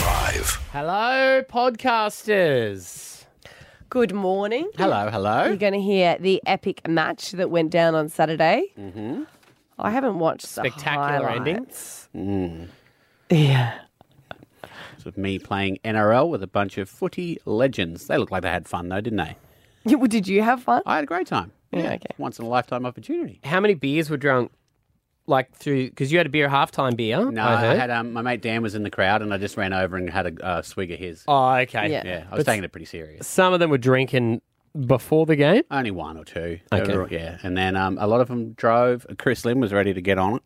off. Hello, podcasters. Good morning. Hello, You're hello. going to hear the epic match that went down on Saturday. Mm-hmm. I haven't watched the Spectacular highlights. ending. Hmm. Yeah. It's With me playing NRL with a bunch of footy legends. They looked like they had fun though, didn't they? You- well, Did you have fun? I had a great time. Yeah, okay. Once in a lifetime opportunity. how many beers were drunk? Like through because you had a beer halftime beer. No, I I, heard. had um, my mate Dan was in the crowd, and I just ran over and had a uh, swig of his. oh, okay. Yeah. Yeah, I was taking it pretty serious. Some of them were drinking before the game. Only one or two. They were- yeah, and then um, a lot of them drove. Chris Lim was ready to get on it.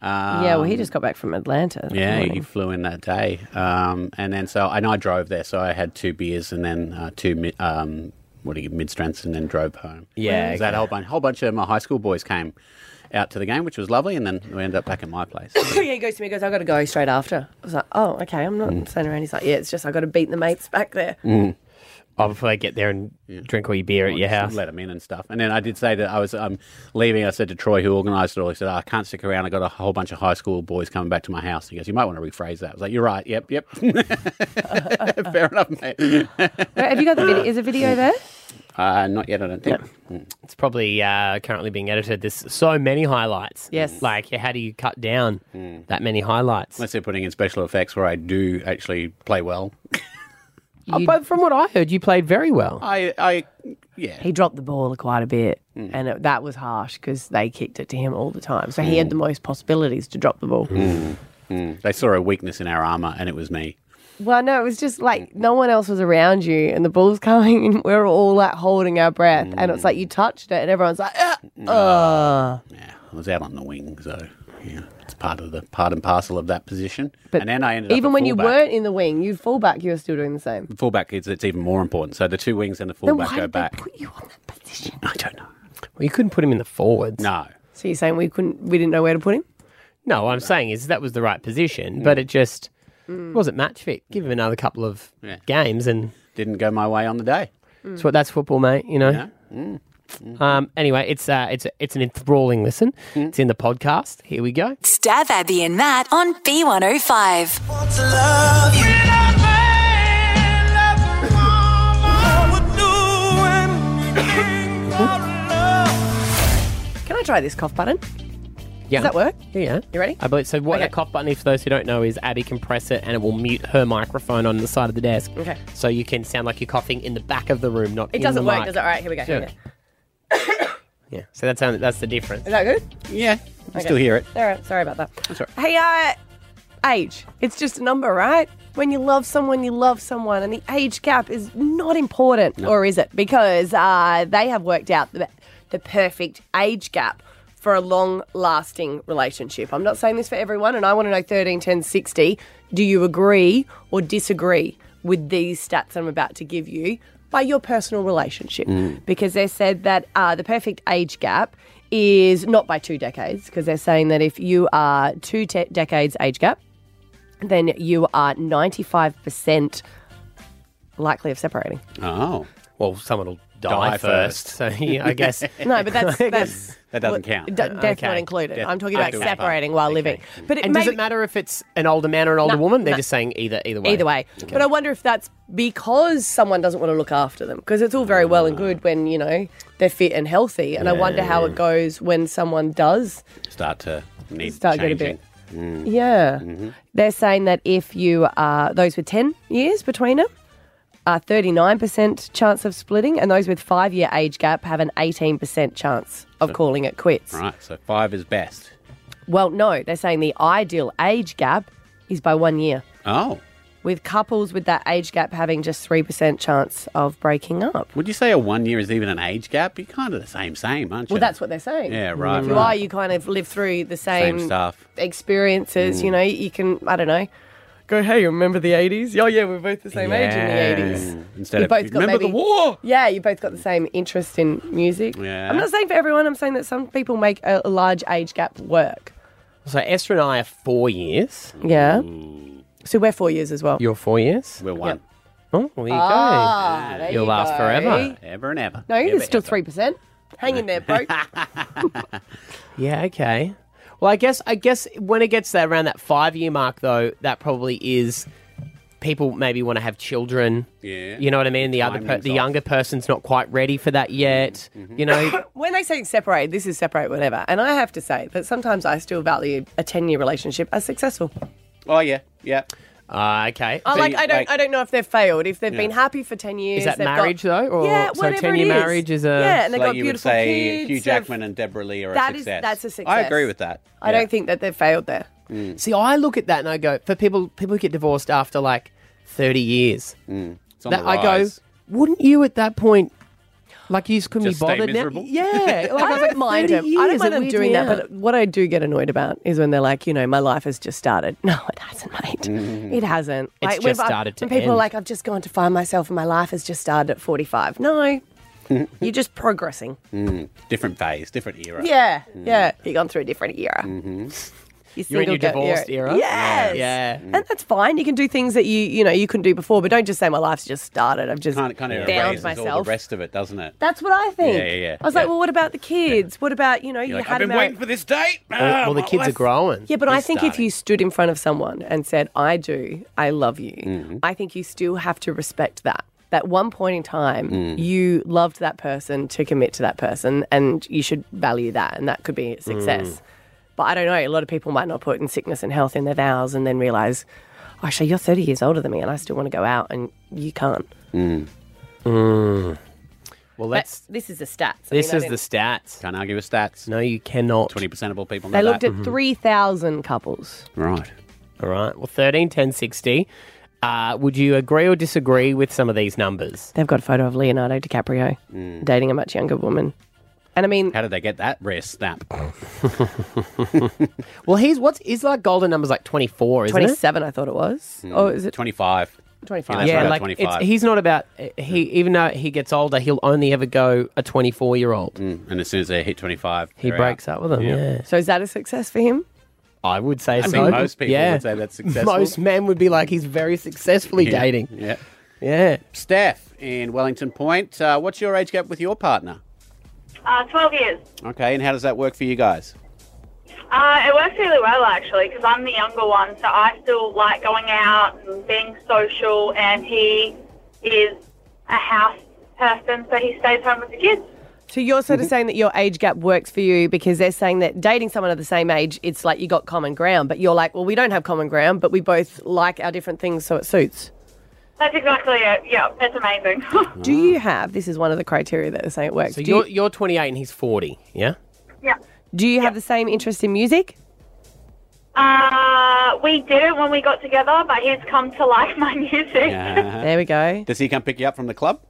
Um, yeah, well, he just got back from Atlanta. that Yeah, he morning. flew in that day, um, and then so and I drove there. So I had two beers and then uh, two mi- um, what do you mid strengths, and then drove home. Yeah, so I had a whole bunch, whole bunch of my high school boys came out to the game, which was lovely, and then we ended up back at my place. yeah, he goes to me, he goes, i got to go straight after. I was like, oh, okay, I'm not Mm. staying around. He's like, yeah, it's just i got to beat the mates back there. Oh, before they get there and drink all your beer at your Just house. Let him in and stuff. And then I did say that I was um, leaving. I said to Troy, who organised it all, he said, "Oh, I can't stick around. I got a whole bunch of high school boys coming back to my house. He goes, You might want to rephrase that. I was like, You're right. Yep, yep. Fair enough, mate. Wait, have you got the video? Is the video there? Uh, not yet, I don't think. Mm. It's probably uh, currently being edited. There's so many highlights. Yes. Like, how do you cut down Mm. that many highlights? Unless they're putting in special effects where I do actually play well. You- Uh, but from what I heard, you played very well. I, I yeah. Mm. He dropped the ball quite a bit, and it, that was harsh because they kicked it to him all the time. So Mm. he had the most possibilities to drop the ball. Mm. They saw a weakness in our armour, and it was me. Well, no, it was just like no one else was around you, and the ball's coming, and we're all like holding our breath, and Mm. it's like you touched it, and everyone's like, ah, ah." Yeah, I was out on the wing, so yeah, it's part of the part and parcel of that position. But and then I ended up even a when you fullback. weren't in the wing, you fullback, you were still doing the same. fullback is it's even more important. So the two wings and the Then fullback why go did they back. put you on that position? I don't know. Well, you couldn't put him in the forwards. No. So you're saying we couldn't, we didn't know where to put him? No, what I'm saying is that was the right position, Mm. but it just Mm. wasn't match fit. Give him another couple of Yeah. games, and Didn't go my way on the day. it's what that's football, mate. You know. Yeah. Mm-hmm. Um, anyway, it's uh, it's it's an enthralling listen. Mm. It's in the podcast. Here we go. Stab Abby and Matt on B105. Want to love you. I would do anything for love. Can I try this cough button? Yeah. Does that work? Yeah. You ready? I believe so. What Okay. the cough button is for those who don't know is Abby can press it and it will mute her microphone on the side of the desk. Okay. So you can sound like you're coughing in the back of the room, not It in doesn't the work, mic. does it? All right, here we go. Sure. Okay. Yeah. So that's only, that's the difference. Is that good? Yeah. You can still hear it. All right, sorry about that. all Hey, uh, age. It's just a number, right? When you love someone, you love someone, and the age gap is not important, or is it? Because uh, they have worked out the, the perfect age gap for a long lasting relationship. I'm not saying this for everyone, and I want to know 13, 10, 60. Do you agree or disagree with these stats I'm about to give you by your personal relationship? Because they said that uh, the perfect age gap is not by two decades, because they're saying that if you are two te- decades age gap, then you are 95% likely of separating. Uh, Oh. Well, someone will die, Die first. So yeah, I guess No, but that's. that's That doesn't count. d- death not Okay. included. Death- I'm talking I about do it. separating while living. But it And may does it matter if it's an older man or an older No, woman? They're no. just saying either either way. either way. But I wonder if that's because someone doesn't want to look after them. Because it's all very well and good when you know they're fit and healthy, and I wonder how Mm. it goes when someone does Start to need start changing. getting a bit. Mm-hmm. Mm. Yeah, they're saying that if you are those with ten years between them. A 39% chance of splitting, and those with five year age gap have an 18% chance of calling it quits. Right. So five is best. Well, no, they're saying the ideal age gap is by one year. Oh. with couples with that age gap having just 3% chance of breaking up. Would you say a one year is even an age gap? You're kind of the same, same, aren't you? Well, that's what they're saying. Yeah, right, If you right. are, you kind of live through the same same, stuff. Mm. experiences. You know, you can, I don't know, go, hey, you remember the 80s? Oh, yeah, we're both the same age in the 80s. Mm, Instead You of both got remember the maybe- war. Yeah, you both got the same interest in music. Yeah. I'm not saying for everyone, I'm saying that some people make a a large age gap work. So Esther and I are four years. Mm. Yeah. So we're four years as well. You're four years. We're one. Oh, well, there you Ah, there You'll last go. forever. Ever and ever. No, Ever, there's still ever. 3%. Hang in there, bro. go. Yeah. Okay. Well, I guess I guess when it gets that around that five year mark, though, that probably is people maybe want to have children. Yeah. You know what I mean? The other per- Timing's the off. Mm-hmm. younger person's not quite ready for that yet. You know, when they say separate, this is separate, whatever. And I have to say that sometimes I still value a ten-year relationship as successful. Oh yeah, yeah. uh, okay. I So like. you- I don't. like- I don't know if they've failed. If they've been happy for ten years, Is that they've got- marriage though, or yeah, so whatever ten year it is. marriage is a yeah, and they've like got you would beautiful say kids. Hugh they've- Jackman and Deborah Lee are a That is- success. that's a I success. agree with that. I Yeah. don't think that they've failed there. See, I look at that and I go for people people who get divorced after like thirty years. It's on that the I go, rise. wouldn't you at that point? Like you just couldn't Just be stay bothered miserable? now. Yeah, like, I don't mind them. I don't mind them doing that. But what I do get annoyed about is when they're like, you know, my life has just started. No, it hasn't, mate. It hasn't. It's like, just when I- started to when people are end. like, I've just gone to find myself, and my life has just started at forty-five. No. You're just progressing. Mm, different phase, different era. Mm. Mm-hmm. Yeah, yeah. You've gone through a different era. You're, You're in your single divorced era? Yes. Yeah. And that's fine. You can do things that you you know you couldn't do before, but don't just say my life's just started. I've just Kind of, kind of bound erases all myself. the rest of it, doesn't it? That's what I think. Yeah, yeah, yeah. I was like, Yeah. well, what about the kids? What about you know you You're like, had a I've been marri- waiting for this Ah, date. well, the kids are growing. Yeah, but I think if starting. you stood in front of someone and said, I do, I love you, Mm-hmm. I think you still have to respect that. That one point in time, Mm. you loved that person to commit to that person, and you should value that, and that could be a success. Mm. But I don't know, a lot of people might not put in sickness and health in their vows and then realize, actually, you're 30 years older than me, and I still want to go out, and you can't. Mm. Mm. Well, let's. this is the stats. This is the stats. Can't argue with stats. No, you cannot. Twenty percent of all people. Know They looked that. at Mm-hmm. 3,000 couples. right. All right. Well, 13, 10, 60. Uh, would you agree or disagree with some of these numbers? They've got a photo of Leonardo DiCaprio Mm. dating a much younger woman. And I mean, How did they get that rare snap? Well, here's what's is like golden numbers like 24, isn't it? Mm. 27, I thought it was. Oh, is it Mm. Twenty-five. 25? that's Yeah, right, like 25. it's, he's not about he. Even though he gets older, he'll only ever go a 24 year old. Mm, And as soon as they hit twenty-five, He breaks up with them. Yeah. So is that a success for him? I would say I so. think most people yeah. would say that's successful. Most men would be like, he's very successfully Yeah. dating. Yeah. Yeah. Steph in Wellington Point, uh, what's your age gap with your partner? Uh, 12 years. Okay, and how does that work for you guys? Uh, it works really well, actually, because I'm the younger one, so I still like going out and being social, and he is a house person, so he stays home with the kids. So you're sort Mm-hmm. of saying that your age gap works for you because they're saying that dating someone of the same age, it's like you got common ground, but you're like, well, we don't have common ground, but we both like our different things, so it suits. That's exactly it. Yeah, that's amazing. Do you have, this is one of the criteria that they're saying it works, Ah. So do, you're, you, you're 28 and he's 40. Yeah. yeah. do you have the same interest in music? Uh, we didn't when we got together, but he's come to like my music. Uh, There we go. does he come pick you up from the club?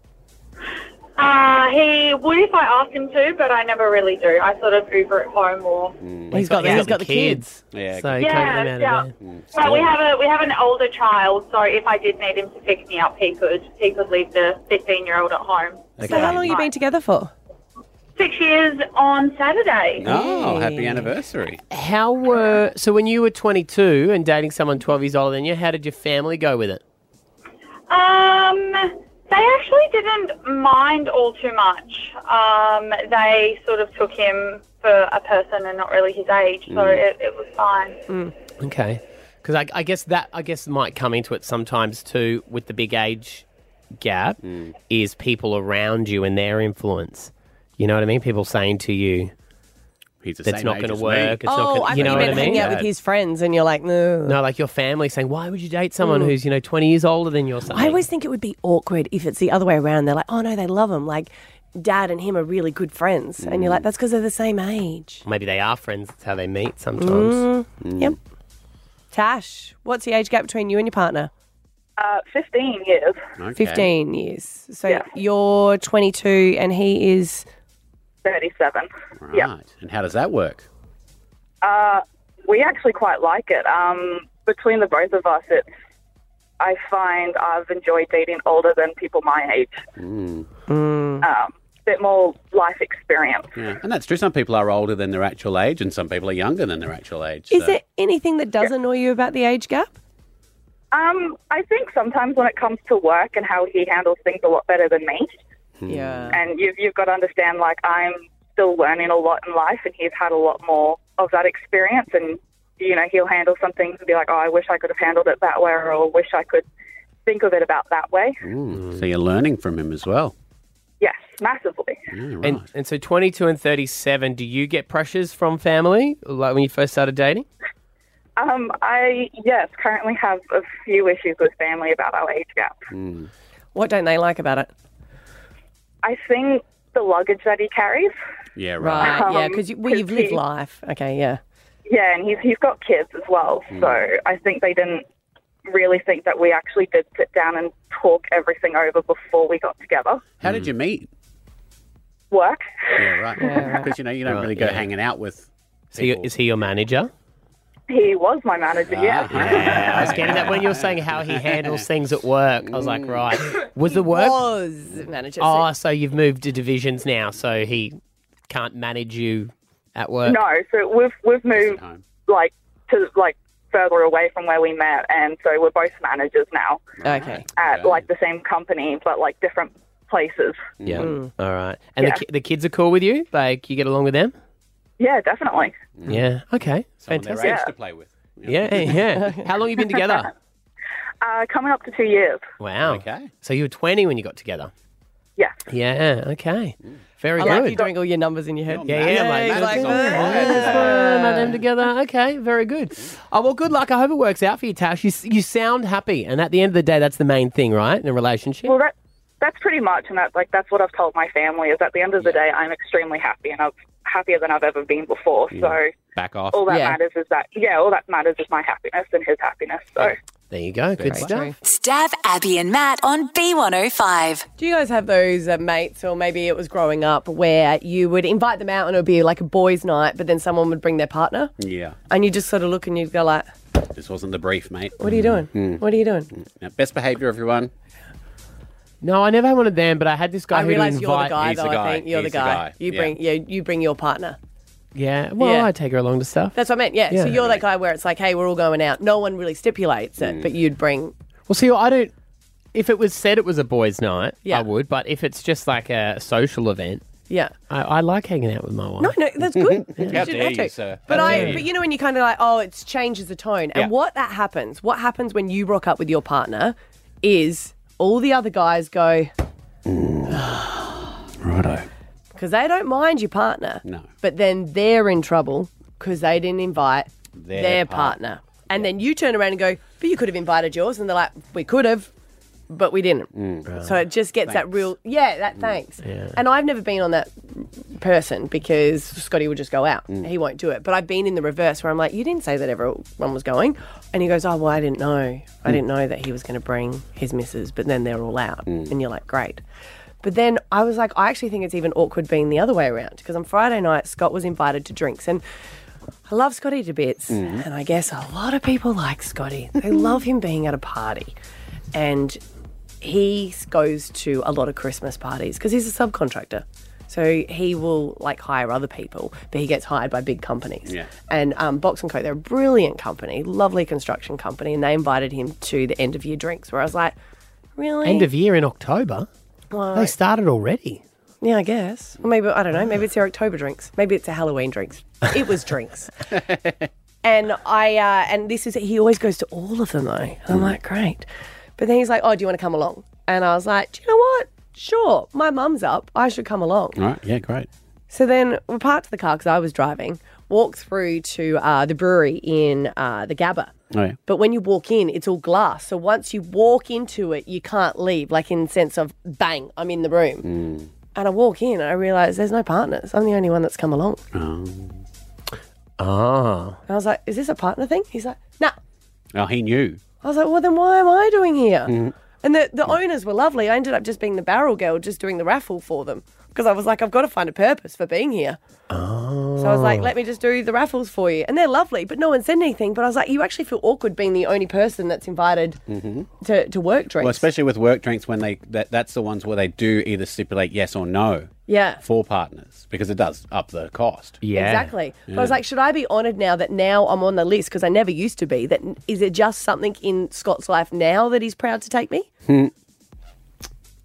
Uh, he would if I asked him to, but I never really do. I sort of Uber at home or. he's got, he's got the kids. Yeah, So he can't get Yeah, them out yeah. of there. But we have a we have an older child, so if I did need him to pick me up, he could he could leave the fifteen year old at home. So how long have you been together for? Six years on Saturday. Oh, happy anniversary. How were so when you were 22 and dating someone 12 years older than you? How did your family go with it? Um, they actually didn't mind all too much. Um, they sort of took him for a person and not really his age, so it, it was fine. Mm. Okay, because I, I guess that I guess might come into it sometimes too with the big age gap Mm. is people around you and their influence. You know what I mean? People saying to you He's the that's same not age going to as work. It's Me. not oh, gonna, I you thought know you meant what I mean? hanging out with his friends and you're like, no. No, like your family saying, "Why would you date someone who's you know 20 years older than your son?" Mm. I always think it would be awkward if it's the other way around. They're like, oh no, they love him. Like, dad and him are really good friends. And you're like, Mm. that's because they're the same age. Maybe they are friends. That's how they meet sometimes. Mm. Mm. Yep. Tash, what's the age gap between you and your partner? Uh, 15 years. Okay. 15 years. So you're 22 and he is. 37. Right. Yeah. And how does that work? Uh, we actually quite like it. Um, between the both of us, it's, I find I've enjoyed dating older than people my age. Hmm. Hmm. Um, bit more life experience. Yeah. And that's true. Some people are older than their actual age, and some people are younger than their actual age. Is so- there anything that does annoy you about the age gap? Um, I think sometimes when it comes to work and how he handles things a lot better than me, Yeah. and you've, you've got to understand, like, I'm still learning a lot in life, and he's had a lot more of that experience. And, you know, he'll handle some things and be like, oh, I wish I could have handled it that way, or I wish I could think of it about that way. So you're learning from him as well. Yes, massively. Yeah, right. And, and so 22 and 37, do you get pressures from family like when you first started dating? Um, I yes, currently have a few issues with family about our age gap. Hmm. What don't they like about it? I think the luggage that he carries. yeah, right. Right, yeah, because you, well, Um, you've lived 'cause he- life. Okay, yeah. Yeah, and he's he's got kids as well. So I think they didn't really think that we actually did sit down and talk everything over before we got together. How did you meet? Work. Yeah, right. Because you know you don't really go hanging out with. So you, people. is he your manager? He was my manager. Yeah. I was getting that when you were saying how he handles things at work. I was like, right. Was the work? Was manager. Oh, so you've moved to divisions now, so he can't manage you at work. No, so we've we've moved home. like to like further away from where we met, and so we're both managers now okay. at like the same company, but like different places. Yeah. Mm. All right. And the, ki- the kids are cool with you? Like, you get along with them? Yeah, definitely. Yeah. Okay. Mm. Someone their Fantastic. age to play with. Yeah. Yeah. How long you been together? Uh, coming up to two years. Wow. Okay. So you were 20 when you got together? Yeah. Yeah. Okay. Mm. Very I good. like you doing all your numbers in your head. Yeah, yeah, mate. he's like, That's That's all all right. right. That's fine. Let them uh, together. Okay, very good. Oh, well, good luck. I hope it works out for you, Tash. You, s- you sound happy, and at the end of the day, that's the main thing, right? In a relationship. Well, that that's pretty much, and that like that's what I've told my family is at the end of the day, I'm extremely happy, and I'm happier than I've ever been before. So Back off. all that Yeah. matters is that yeah, all that matters is my happiness and his happiness. So There you go. Good stuff. true. Stab Abby and Matt on B105. Do you guys have those uh, mates, or maybe it was growing up, where you would invite them out and it would be like a boys' night, but then someone would bring their partner, Yeah. and you just sort of look and you'd go like, This wasn't the brief, mate. "What are you doing? Hmm. What are you doing?" Now, best behaviour, everyone. No, I never had one of them, but I had this guy I who realize invite. you're the guy, He's though. the I guy. think you're He's the the guy. guy. You Yeah. bring, yeah. you bring your partner. Yeah. Well, Yeah. I take her along to stuff. That's what I meant. Yeah. so Yeah. you're that guy where it's like, "Hey, we're all going out." No one really stipulates Mm. it, but you'd bring. well, see, I don't. If it was said it was a boys' night, Yeah. I would. But if it's just like a social event, Yeah. I, I like hanging out with my wife. No, no, that's good. You How shouldn't dare have you, to. sir. But How I, dare but you. you know, when you kind of like, oh, it changes the tone. And Yeah. what that happens, what happens when you rock up with your partner, is all the other guys go "Ah." Righto. because they don't mind your partner. No. But then they're in trouble because they didn't invite their, Their partner. And then you turn around and go, but you could have invited yours. And they're like, we could have, but we didn't. Oh. So it just gets that real, Mm. yeah, that thanks. And I've never been on that person because Scotty will just go out. He won't do it. But I've been in the reverse where I'm like, you didn't say that everyone was going. And he goes, oh, well, I didn't know. I didn't know that he was going to bring his missus. But then they're all out. And you're like, great. But then I was like, I actually think it's even awkward being the other way around because on Friday night, Scott was invited to drinks. And I love Scotty to bits. And I guess a lot of people like Scotty. They love him being at a party. And he goes to a lot of Christmas parties because he's a subcontractor. So he will like hire other people, but he gets hired by big companies. Yeah. And um, Box and Co, they're a brilliant company, lovely construction company, and they invited him to the end of year drinks. Where I was like, really? End of year in October. They started already. Yeah, I guess. Or maybe I don't know. Maybe it's their October drinks. Maybe it's a Halloween drinks. It was drinks. and I uh, and this is he always goes to all of them though. And I'm like, great. But then he's like, oh, do you want to come along? And I was like, do you know what? Sure, my mum's up. I should come along. All right. Yeah, great. So then we parked the car because I was driving. Walked through to uh, the brewery in uh, the Gabba. Oh, yeah. But when you walk in, it's all glass. So once you walk into it, you can't leave, like in the sense of bang, I'm in the room. And I walk in and I realise there's no partners. I'm the only one that's come along. Um, Ah. And I was like, is this a partner thing? He's like, nah. Oh, he knew. I was like, well, then why am I doing here? Mm. Mm-hmm. And the, the owners were lovely. I ended up just being the barrel girl, just doing the raffle for them. Because I was like, I've got to find a purpose for being here. Oh. So I was like, let me just do the raffles for you. And they're lovely, but no one said anything. But I was like, you actually feel awkward being the only person that's invited Mm-hmm. to, to work drinks. Well, especially with work drinks, when they that, that's the ones where they do either stipulate yes or no yeah. for partners because it does up the cost. Yeah. Exactly. But I was like, should I be honoured now that now I'm on the list because I never used to be? That Hmm. is it just something in Scott's life now that he's proud to take me?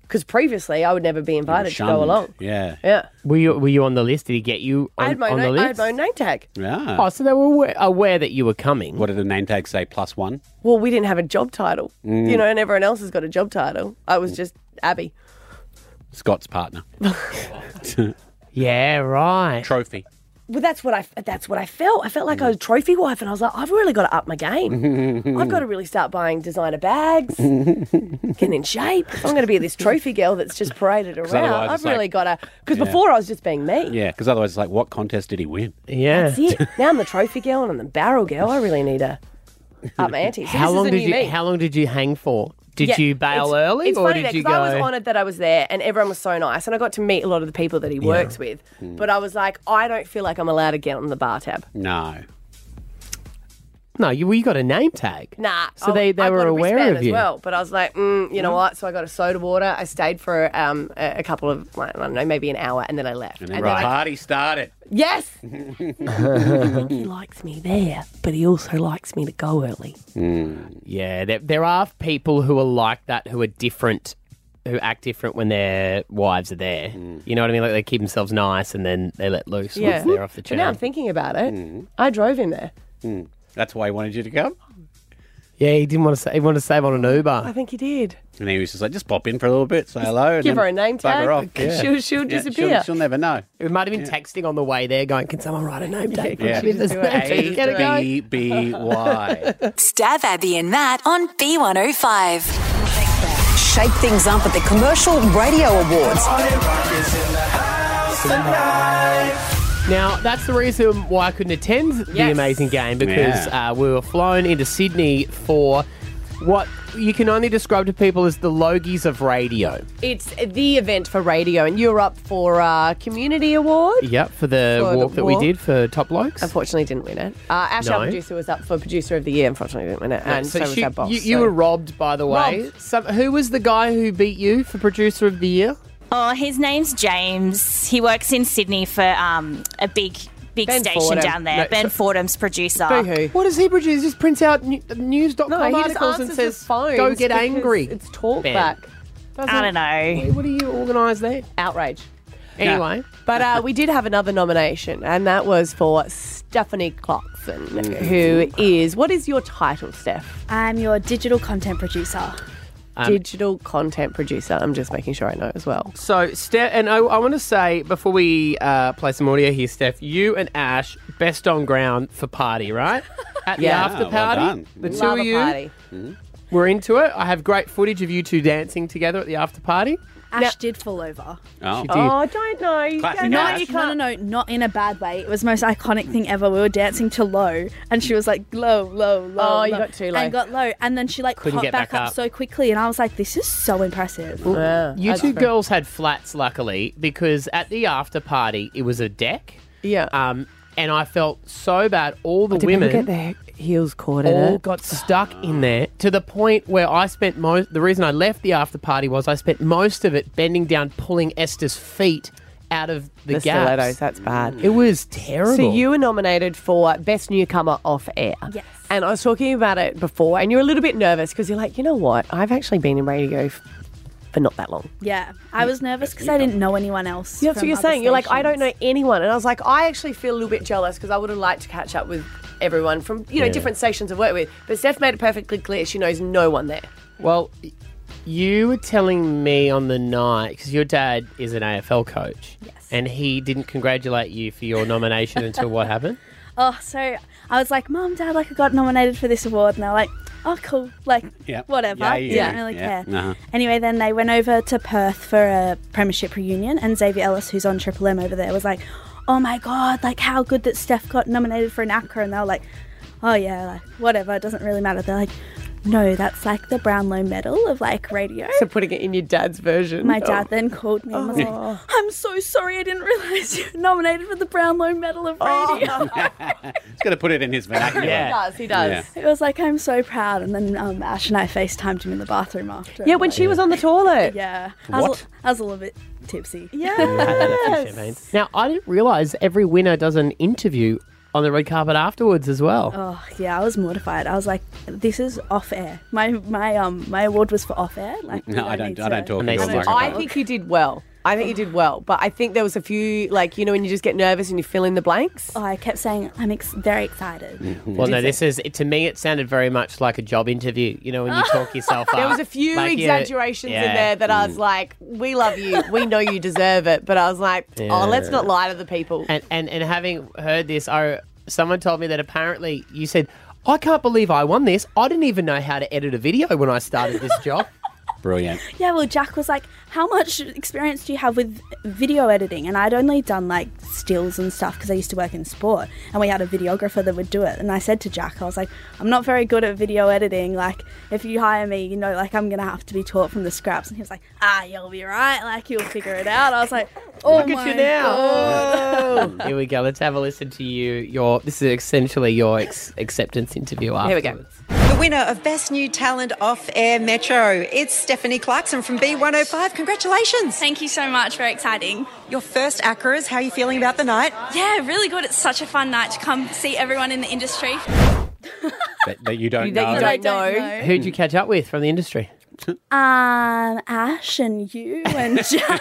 Because previously, I would never be invited to go Shunned. along. Yeah. Yeah. Were you were you on the list? Did he get you on, I had my on the name, list? I had my own name tag. Yeah. Oh, so they were aware, aware that you were coming. What did the name tag say? Plus one. Well, we didn't have a job title, Mm. you know, and everyone else has got a job title. I was just Abby. Scott's partner. Yeah, right. Trophy. Well, that's what I that's what I felt. I felt like I Mm. was trophy wife, and I was like, I've really got to up my game. I've got to really start buying designer bags, getting in shape. If I'm going to be this trophy girl that's just paraded around. otherwise I've it's like- really got to. Because before I was just being me. Yeah, because otherwise it's like, what contest did he win? Yeah. That's it. Now I'm the trophy girl and I'm the barrel girl. I really need to up my ante. So How this long is a did new you me. How long did you hang for? Did Yeah, you bail it's- early, It's or funny did you because go? I was honoured that I was there, and everyone was so nice, and I got to meet a lot of the people that he works with. Hmm. But I was like, I don't feel like I'm allowed to get on the bar tab. No. no, you, well, you got a name tag. Nah. So I- they, they I got were a aware wristband of you. as well. But I was like, mm, you know what? So I got a soda water. I stayed for um, a, a couple of like, I don't know, maybe an hour, and then I left. And then then the I- party started. yes. he likes me there, but he also likes me to go early. Hmm. Yeah, there, there are people who are like that who are different, who act different when their wives are there. Mm. You know what I mean? Like they keep themselves nice and then they let loose once they're off the But now chain. Mm. I'm thinking about it. Mm. I drove him there. That's why he wanted you to come. yeah, he didn't want to. Sa- he wanted to save on an I Uber. think he did. And he was just like, just pop in for a little bit, say hello. and give then her a name bugger tag, off. because she'll- she'll disappear. She'll, never know. It might have been texting on the way there, going, "Can someone write a name tag?" Yeah. Give us a name tag. Get it going. A B Y. Stab Abby and Matt on B105. Shake things up at the Commercial Radio Awards. Now, that's the reason why I couldn't attend the Yes. amazing game because Yeah. uh, we were flown into Sydney for what you can only describe to people as the Logies of radio. It's the event for radio, and you're up for uh, community award. Yep, for the For the walk that we walk. did for Top Blokes. Unfortunately, didn't win it. Uh, Ash, No. our producer, was up for producer of the year. Unfortunately, didn't win it, and so, was she- our boss. you, you so- were robbed, by the way. Some, who was the guy who beat you for producer of the year? Oh, his name's James. He works in Sydney for um, a big, big Ben station Fordham. down there. No, ben so- Fordham's producer. Boo-hoo. What does he produce? He Just prints out new, uh, news.com No, he just articles answers and the says, phones "Go get because angry." It's talk Ben. back. I don't know. What do you organise there? Outrage. Anyway, But uh, we did have another nomination, and that was for Stephanie Clarkson, Mm. who is what is your title, Steph? I'm your digital content producer. Um, Digital content producer. I'm just making sure I know as well. So, Steph, and I, I want to say before we uh, play some audio here, Steph, you and Ash, best on ground for party, right? At Yeah. the after Ah, well party, done. Hmm? the two Love of a you party. were into it. I have great footage of you two dancing together at the after party. Ash did fall over. Oh. She did. Oh, I don't know. You Classic don't know. Ash. You can't. No, no, no, not in a bad way. It was the most iconic thing ever. We were dancing to low, and she was like low, low, low. Oh, you low, got too low. and got low, and then she like Couldn't popped get back, back up, up. so quickly, and I was like, this is so impressive. Yeah, You that's two fair. girls had flats, luckily, because at the after party, it was a deck. Yeah. Um, and I felt so bad. All the women. get their heels caught in all it. got stuck in there to the point where I spent most. The reason I left the after party was I spent most of it bending down, pulling Esther's feet out of the, The gaps. stilettos, that's bad. It was terrible. So you were nominated for Best Newcomer Off Air. Yes. And I was talking about it before, and you're a little bit nervous because you're like, you know what? I've actually been in radio f- for not that long. Yeah, I was nervous because I didn't know anyone else. Yeah, that's from what you're other saying. You're like, I don't stations. know anyone. And I was like, I actually feel a little bit jealous because I would have liked to catch up with everyone from, you know, different stations I've worked with. But Steph made it perfectly clear she knows no one there. well, y- you were telling me on the night because your dad is an AFL coach. Yes. And he didn't congratulate you for your nomination until what happened? Oh, so I was like, Mom, Dad, like I got nominated for this award, and they're like, Oh, cool, like Yeah. whatever. Yeah, you yeah, don't really yeah. care. Uh-huh. Anyway, then they went over to Perth for a premiership reunion, and Xavier Ellis, who's on Triple M over there, was like, Oh my god, like how good that Steph got nominated for an ACCA, and they were like, Oh yeah, like whatever, it doesn't really matter. They're like, No, that's like the Brownlow Medal of like radio. So putting it in your dad's version. Oh. My dad then called me and was like, I'm so sorry I didn't realise you were nominated for the Brownlow Medal of Oh, Radio. He's going to put it in his vernacular. He does, he does. Yeah. Yeah, It was like, I'm so proud. And then um, Ash and I FaceTimed him in the bathroom after. when she was on the toilet. Yeah. I was, a- I was a little bit tipsy. Yeah. Now I didn't realize every winner does an interview on the red carpet afterwards as well. Oh yeah, I was mortified. I was like, "This is off air." My my um my award was for off air. Like, No, I don't. I don't talk. And they into a still- I microphone. think you did well. I think you did well, but I think there was a few, like you know, when you just get nervous and you fill in the blanks. oh, I kept saying, "I'm ex- very excited." Well, no, this is it, to me. It sounded very much like a job interview. You know, when you talk yourself up. There was a few Like, you- exaggerations in yeah. Mm. there that I was like, "We love you. We know you deserve it," but I was like, Yeah. "Oh, let's not lie to the people." And and and having heard this, I someone told me that apparently you said, "I can't believe I won this. I didn't even know how to edit a video when I started this job." Brilliant. Yeah, well, Jack was like, "How much experience do you have with video editing?" And I'd only done like stills and stuff because I used to work in sport, and we had a videographer that would do it. And I said to Jack, I was like, "I'm not very good at video editing. Like, if you hire me, you know, like I'm gonna have to be taught from the scraps." And he was like, "Ah, you'll be right. Like, you'll figure it out." I was like, "Oh Look my at you now. God. Oh. Here we go. Let's have a listen to you. Your this is essentially your ex- acceptance interview. Here we Afterwards. go. The winner of Best New Talent Off Air Metro, it's Stephanie Clarkson from B105. Congratulations. Thank you so much. Very exciting. Your first Acras, how are you feeling about the night? Yeah, really good. It's such a fun night to come see everyone in the industry. That, that you don't You- know. that you don't know. Who'd you catch up with from the industry? Um, Ash and you and Jack.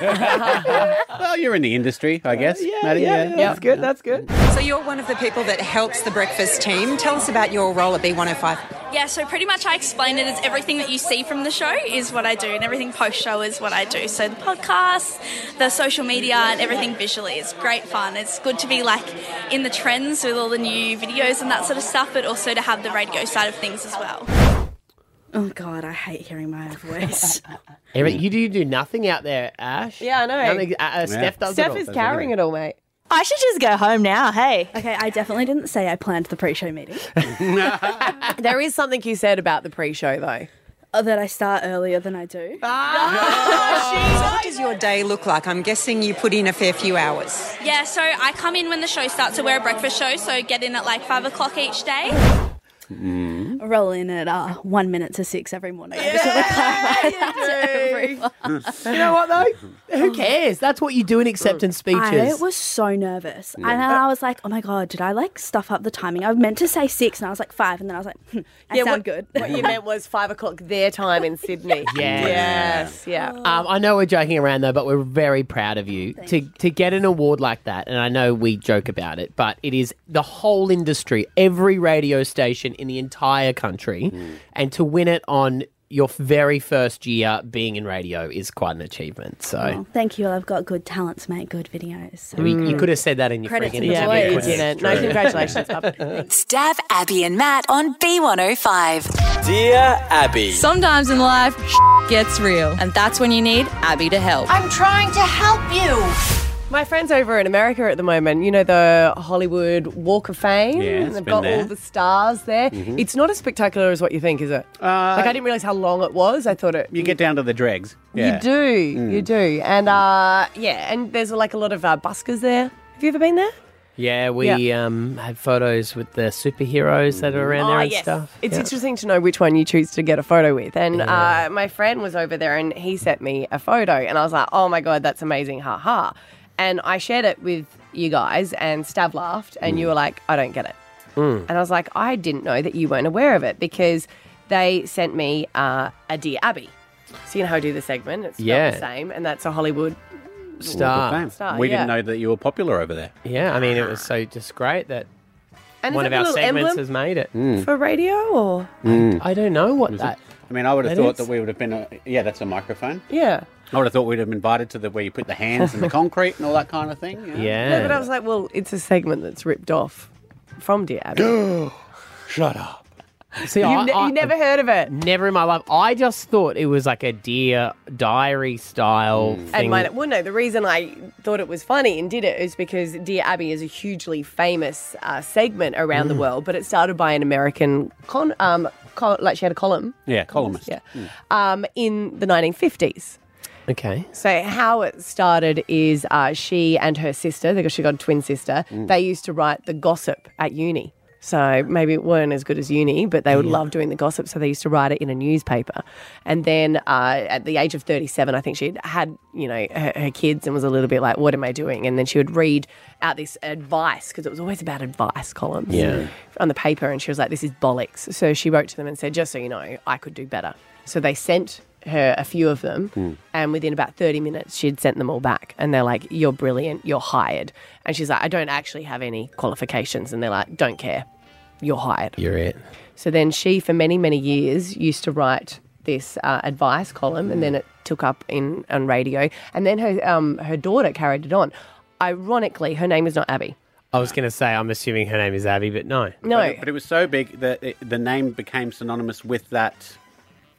Well, you're in the industry, I guess. Maddie, that's good. That's good. So you're one of the people that helps the breakfast team. Tell us about your role at B105. Yeah, so pretty much I explained it as everything that you see from the show is what I do, and everything post show is what I do. So the podcast, the social media, and everything visually is great fun. It's good to be like in the trends with all the new videos and that sort of stuff, but also to have the radio side of things as well. oh God, I hate hearing my own voice. you do you do nothing out there, Ash. Yeah, I know. Nothing, uh, uh, Steph does it Steph all. is carrying it all, mate. I should just go home now. Hey, okay, I definitely didn't say I planned the pre-show meeting. There is something you said about the pre-show though. Oh, that I start earlier than I do. So what does your day look like? I'm guessing you put in a fair few hours. Yeah, so I come in when the show starts to wear a breakfast show, so get in at like five o'clock each day. roll in at uh, one minute to six every morning. I just want to clarify that to everyone. Hmm. You know what though? Who cares? That's what you do in acceptance I speeches. was so nervous. And then I was like, oh my God, did I like stuff up the timing? I meant to say six and I was like five. And then I was like, hmm, I sound what, good. What you meant was five o'clock their time in Sydney. Yeah. Yes. Yeah. Um, I know we're joking around though, but we're very proud of you to to get an award like that. And I know we joke about it, but it is the whole industry, every radio station in the entire country, and to win it on your very first year being in radio is quite an achievement. So Oh, Thank you. Well, I've got good talent to make good videos. So. I mean, you could have said that in your Credit friggin' to the interview. Yeah, but you couldn't you? didn't. No, congratulations. pup. Stab Abby and Matt on B105. Dear Abby. Sometimes in life, gets real, and that's when you need Abby to help. I'm trying to help you. My friends over in America at the moment, you know the Hollywood Walk of Fame. Yeah, it's Mm, they've been got there. Mm-hmm. all the stars there. It's not as spectacular as what you think, is it? like I didn't realize how long it was. I thought it. Uh, You get down to the dregs. Yeah. Mm. You do, you do, and uh, yeah, and there's like a lot of uh, buskers there. Have you ever been there? Yeah, we Um, had photos with the superheroes that are around there and stuff. Mm. Oh, It's interesting to know which one you choose to get a photo with. And uh, my friend was over there and he sent me a photo and I was like, oh my God, that's amazing. Ha ha. And I shared it with you guys and Stav laughed and Mm. you were like, I don't get it. And I was like, I didn't know that you weren't aware of it because they sent me uh, a Dear Abby. So you know how I do the segment? It's yeah. Yeah. the same. And that's a Hollywood. Walk of Star. Fame. Star, we yeah. Ah. didn't know that you were popular over there. Yeah, I mean, it was so just great that And one is of it our the little segments emblem has made it. Hmm. for radio or? I don't know what that. I mean, I would have That thought is- that we would have been. A, yeah, that's a microphone. Yeah. I would have thought we'd have been invited to the where you put the hands in the concrete and all that kind of thing. you know? Yeah. No, but I was like, well, it's a segment that's ripped off from Dear Abby. Shut up. See, You, I, ne- I- you never heard of it. never in my life. I just thought it was like a dear diary style Hmm. thing. And mine, well, no, the reason I thought it was funny and did it is because Dear Abby is a hugely famous uh, segment around Mm. the world, but it started by an American con, um, col- like she had a column, Yeah, columnist. Hmm. yeah, um, in the 1950s. okay. So how it started is uh, she and her sister, because she got a twin sister, they used to write the gossip at uni. So maybe it weren't as good as uni, but they would love doing the gossip. So they used to write it in a newspaper. And then uh, at the age of 37, I think she'd had, you know, her, her kids and was a little bit like, what am I doing? And then she would read out this advice because it was always about advice columns Yeah. on the paper. And she was like, this is bollocks. So she wrote to them and said, just so you know, I could do better. So they sent her a few of them. Hmm. And within about 30 minutes, she'd sent them all back. And they're like, You're brilliant. You're hired. And she's like, I don't actually have any qualifications. And they're like, Don't care. You're hired. You're it. So then she, for many, many years, used to write this uh, advice column, and then it took up in on radio. And then her um, her daughter carried it on. Ironically, her name is not Abby. I was going to say, I'm assuming her name is Abby, but no. No. But it, but it was so big that it, the name became synonymous with that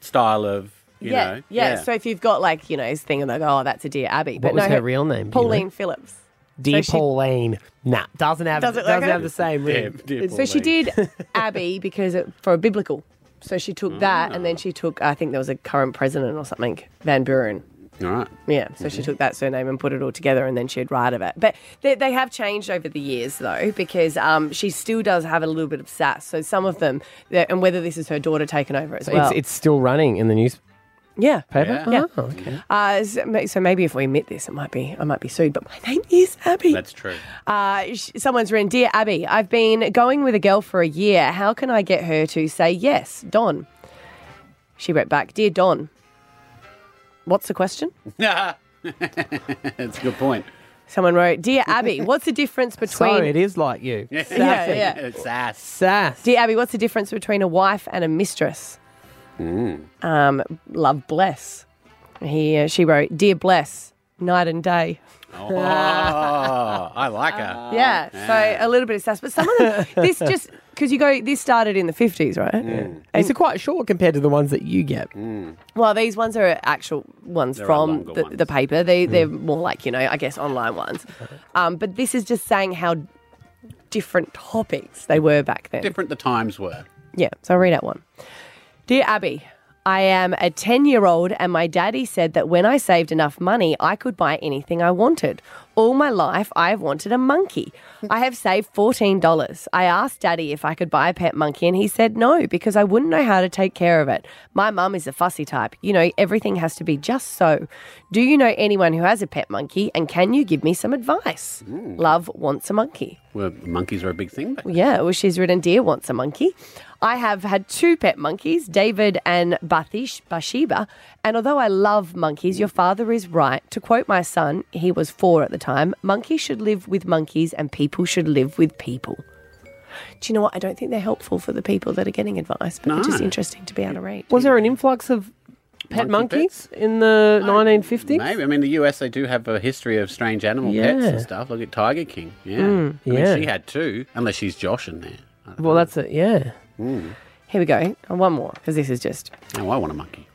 style of, you yeah, know. yeah, So if you've got like you know this thing, and like, oh, that's a dear Abby. What was her real name, do you know? Pauline Phillips. Dear she- Pauline. Nah, doesn't have Doesn't doesn't, like her? have the same ring. so she did Abby because it, for a biblical. So she took that, and then she took I think there was a current president or something, Van Buren. All right. Yeah, so she Mhm. took that surname and put it all together, and then she'd write of it. But they, they have changed over the years, though, because um, she still does have a little bit of sass. So some of them, they're- and whether this is her daughter taken over as So well, it's, it's still running in the newspaper. yeah, yeah. Oh, okay. Uh, so, ma- so maybe if we admit this, it might be I might be sued. But my name is Abby. That's true. Uh, sh- someone's written, Dear Abby, I've been going with a girl for a year. How can I get her to say yes, Don? She wrote back, Dear Don, what's the question? That's a good point. Someone wrote, Dear Abby, what's the difference between. So it is like you. Yeah, yeah. It's ass. Sass. Dear Abby, what's the difference between a wife and a mistress? Mm. Um, love bless. He, uh, she wrote, Dear bless, night and day. Oh, I like Uh, her. Oh, Yeah, so a little bit of sass, but some of them, this just because you go, this started in the fifties, right? Mm. These are quite short compared to the ones that you get. Well, these ones are actual ones There are from longer the, ones. Mm. the paper. They they're more like you know, I guess, online ones. Um, but this is just saying how different topics they were back then. Different the times were. Yeah, so I'll read out one. Dear Abby, I am a 10 year old, and my daddy said that when I saved enough money, I could buy anything I wanted. All my life, I have wanted a monkey. I have saved $14. I asked daddy if I could buy a pet monkey, and he said no because I wouldn't know how to take care of it. My mum is a fussy type. You know, everything has to be just so. Do you know anyone who has a pet monkey, and can you give me some advice? Love wants a monkey. Well, monkeys are a big thing. But Yeah, well, she's written, Dear wants a monkey. I have had two pet monkeys, David and Bathish Bathsheba. And although I love monkeys, your father is right. To quote my son, he was four at the time, monkeys should live with monkeys and people should live with people. Do you know what? I don't think they're helpful for the people that are getting advice, but it's just No. interesting to be able to read. Was there an influx of pet monkeys in the 1950s? maybe. I mean, the US, they do have a history of strange animal pets Yeah. and stuff. Look at Tiger King. Yeah. Mm, I mean, yeah. she had two, unless she's Josh in there. Well, that's it. Yeah. Here we go. And one more, because this is just. Oh, I want a monkey.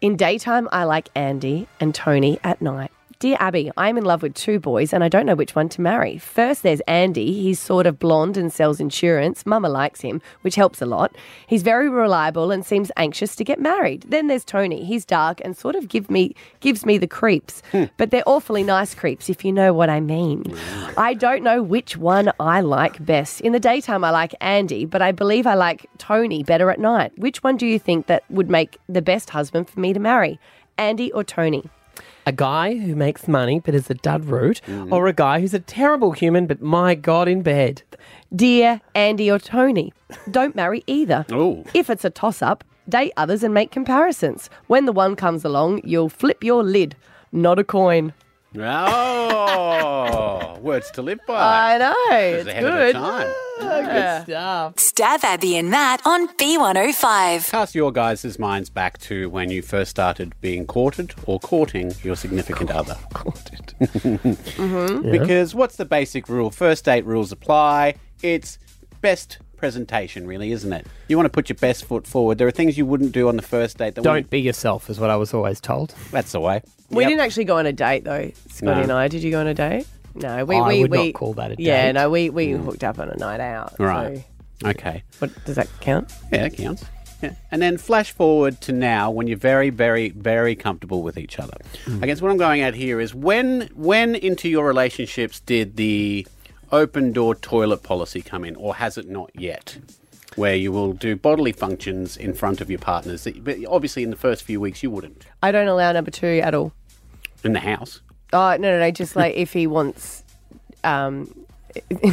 In daytime, I like Andy and Tony at night. Dear Abby, I am in love with two boys and I don't know which one to marry. First, there's Andy. He's sort of blonde and sells insurance. Mama likes him, which helps a lot. He's very reliable and seems anxious to get married. Then there's Tony. He's dark and sort of give me gives me the creeps, but they're awfully nice creeps if you know what I mean. I don't know which one I like best. In the daytime, I like Andy, but I believe I like Tony better at night. Which one do you think that would make the best husband for me to marry, Andy or Tony? A guy who makes money but is a dud root, Mm. or a guy who's a terrible human but my God in bed. Dear Andy or Tony, don't marry either. Oh. If it's a toss up, date others and make comparisons. When the one comes along, you'll flip your lid, not a coin. Oh, words to live by. I know. She's It's ahead good. Of her time. Yeah. Stab Abby and Matt on B105. Cast your guys' minds back to when you first started being courted or courting your significant other. Courted. Mm-hmm. Because what's the basic rule? First date rules apply. It's best presentation, really, isn't it? You want to put your best foot forward. There are things you wouldn't do on the first date that Don't be yourself, is what I was always told. That's the way. We didn't actually go on a date though, Scotty No. and I. Did you go on a date? No, we I we, would we not call that a Yeah, date. Mm. no, we we hooked up on a night out. Right. Okay. What does that count? Yeah, that counts. Yeah. And then flash forward to now when you're very, very, very comfortable with each Hmm. other. I guess what I'm going at here is when when into your relationships did the open door toilet policy come in, or has it not yet? Where you will do bodily functions in front of your partners, that- but obviously in the first few weeks you wouldn't I don't allow number two at all. in the house. Oh no, no, no! Just like if he wants, um,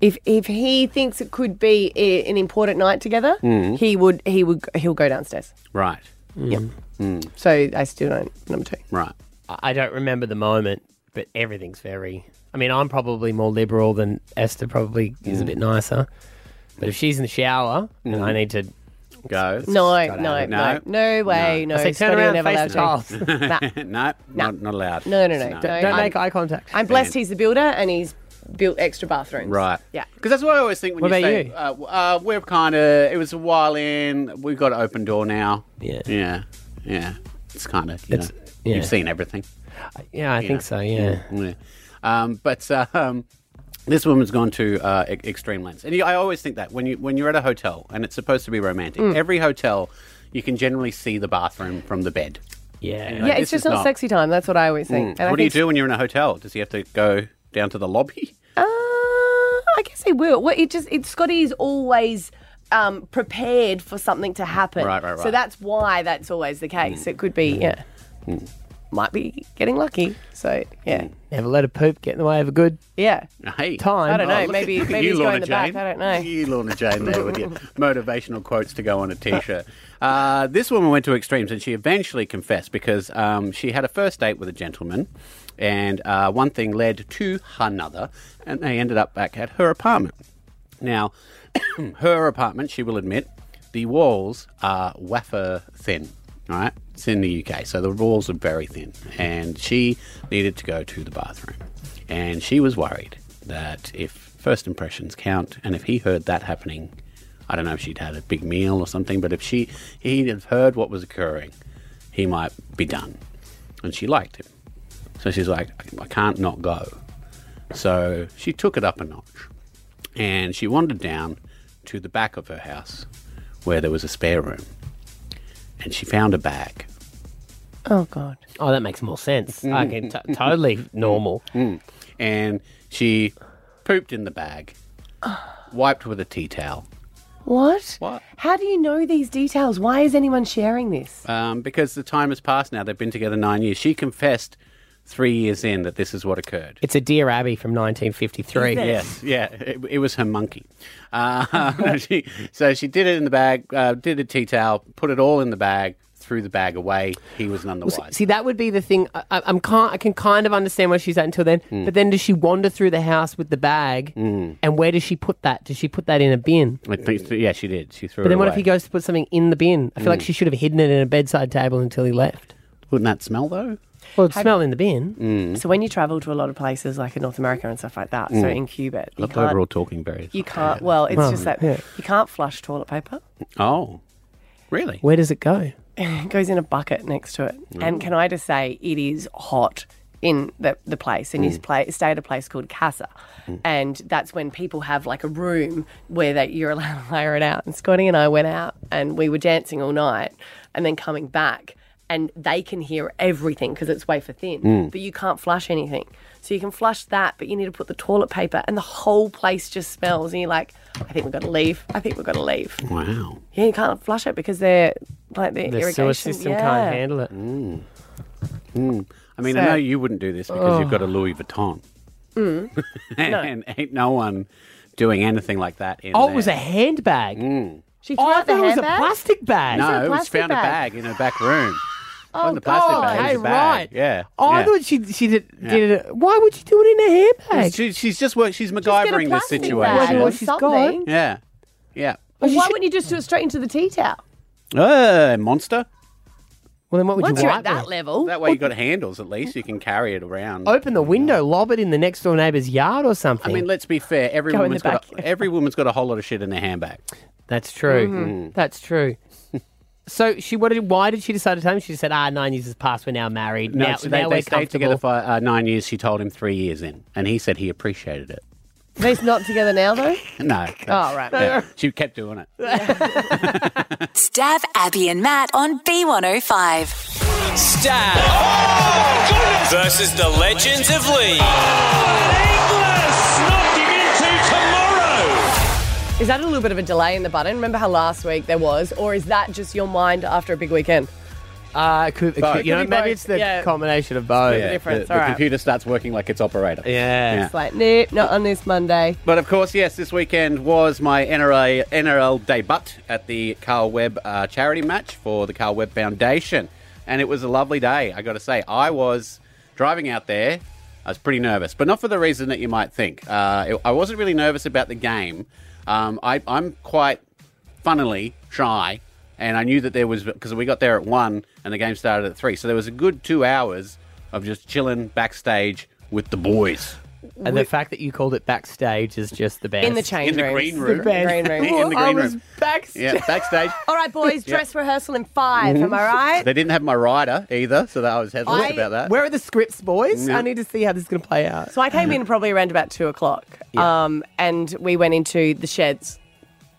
if if he thinks it could be i- an important night together, Mm. he would he would he'll go downstairs. Right. Hmm. Yep. So I still don't number two. Right. I don't remember the moment, but everything's very. I mean, I'm probably more liberal than Esther. Probably is a Mm. bit nicer. But if she's in the shower and I need to go, No, no, no, no way, no. I say, turn Scotty around, will never face the allow tiles. you. Nah. no, not, not allowed. No, no, no, no. I'm- eye contact. I'm blessed. He's the builder, and he's built extra bathrooms. Right. Yeah. Because that's what I always think What when about say, you? Uh, w- uh, we're kind of. It was a while in. We've got an open door now. Yeah. Yeah. Yeah. It's kind of. You It's- know, yeah. You've seen everything. yeah, I You think know. so, yeah. Yeah. Um, but uh, um, this woman's gone to uh, e- extreme lengths, and you, I always think that when you when you're at a hotel and it's supposed to be romantic, Mm. every hotel you can generally see the bathroom from the bed. Yeah. yeah, it's just not, sexy time. That's what I always think. And I Mm. What do you think do when you're in a hotel? Does he have to go down to the lobby? "Oh, I guess he will. Well, it just it Scotty's always um, prepared for something to happen. Right, right, Mm. So right. that's why that's always the case. It could be yeah, Mm. might be getting lucky. So yeah, Never let a poop get in the way of a good yeah. Hey, time. I don't Oh, know. maybe maybe he's going in the back. I don't know. You, Lorna Jane, there with your motivational quotes to go on a T-shirt. Uh, this woman went to extremes, and she eventually confessed because um, she had a first date with a gentleman, and uh, one thing led to another, and they ended up back at her apartment. Now, her apartment, she will admit, the walls are wafer thin. All right, it's in the UK, so the walls are very thin, and she needed to go to the bathroom, and she was worried that if first impressions count, and if he heard that happening, I don't know if she'd had a big meal or something, but if she he'd have heard what was occurring, he might be done, and she liked him, so she's like, I can't not go, so she took it up a notch and she wandered down to the back of her house where there was a spare room and she found a bag. Oh God. Oh, that makes more sense. Mm. I can t- totally normal. And she pooped in the bag, wiped with a tea towel. What? What? How do you know these details? Why is anyone sharing this? Um, because the time has passed now, they've been together nine years. She confessed three years in that this is what occurred. It's a Dear Abbey from 1953. Is it? Yes, yeah, it, it was her monkey. Uh, no, she, so she did it in the bag, uh, did a tea towel, put it all in the bag, threw the bag away. He was none the Well, see- wiser. see, that would be the thing. I, I- I'm can I can kind of understand where she's at until then. Mm. But then, does she wander through the house with the bag? And where does she put that? Does she put that in a bin? I think, yeah, she did. She threw Mm. it But then, what away. if he goes to put something in the bin? I feel like Mm. she should have hidden it in a bedside table until he left. Wouldn't that smell though? Well, it'd smell in the bin. So when you travel to a lot of places like in North America and stuff like that, so Mm. in Cuba, I you love can't, overall talking very. you can't. Well, it's Well, just that yeah. you can't flush toilet paper. Oh, really? Where does it go? it goes in a bucket next to it. Mm. And can I just say, it is hot in the, the place. And you Mm. play, stay at a place called Casa. And that's when people have like a room where that you're allowed to layer it out. And Scotty and I went out and we were dancing all night and then coming back. And they can hear everything because it's wafer thin, Mm. but you can't flush anything. So you can flush that, but you need to put the toilet paper, and the whole place just smells. And you're like, I think we've got to leave. I think we've got to leave. Wow. Yeah, you can't flush it because they're like the, The irrigation sewer system yeah. can't handle it. Mm. Mm. I mean, I So- know you wouldn't do this because you've got a Louis Vuitton, Mm. No. and ain't no one doing anything like that. In Oh, there. Mm. it was a handbag. She oh, I the thought it was a handbag? plastic bag. No, it was found a bag in her back room. Oh, the plastic God. bag. It was a Okay, bag. right. Yeah. Oh, I yeah. thought she she did, Yeah. did it. Why would you do it in a handbag? She, she's just worked. She's MacGyvering this plastic situation. bag or something. Yeah. Yeah. Well, why wouldn't you just do it straight into the tea towel? Uh, monster. Well, then what would Once you you're wipe at that with? level, That way you've got handles at least. You can carry it around. Open the window, lob it in the next door neighbour's yard or I something. mean, let's be fair. Every Go in the woman's got a, every woman's got a whole lot of shit in their handbag. That's true. Mm-hmm. Mm. That's true. so she what did, why did she decide to tell him? She just said, ah, nine years has passed, we're now married. No, now, so they, now they we're stayed together comfortable. for uh, nine years. She told him three years in, and he said he appreciated it. they're not together now though. No. Oh, right. Yeah, she kept doing it. Stab Abby and Matt on B105. Stab versus the Legends of League. Is that a little bit of a delay in the button? Remember how last week there was? Or is that just your mind after a big weekend? Uh, it could, it Both. could- you know, Could be maybe both, it's the yeah. combination of both. Split the difference, the, all the right. computer starts working like its operator. Oh, Yeah. It's like, nope, not on this Monday. But of course, yes, this weekend was my NRA, NRL debut at the Carl Webb uh, charity match for the Carl Webb Foundation. And it was a lovely day, I got to say. I was driving out there. I was pretty nervous, but not for the reason that you might think. Uh, it- I wasn't really nervous about the game. Um, I, I'm quite funnily shy, and I knew that there was because we got there at one and the game started at three, so there was a good two hours of just chilling backstage with the boys. And the fact that you called it backstage is just the best. In the change In the rooms. green room. The green room. In the I green was room. backstage. Yeah, backstage. All right, boys, Yeah. dress rehearsal in 5 am I right? They didn't have my rider either, so that I was hesitant I- about that. Where are the scripts, boys? Yeah. I need to see how this is going to play out. So I came in probably around about two o'clock, um, and we went into the sheds,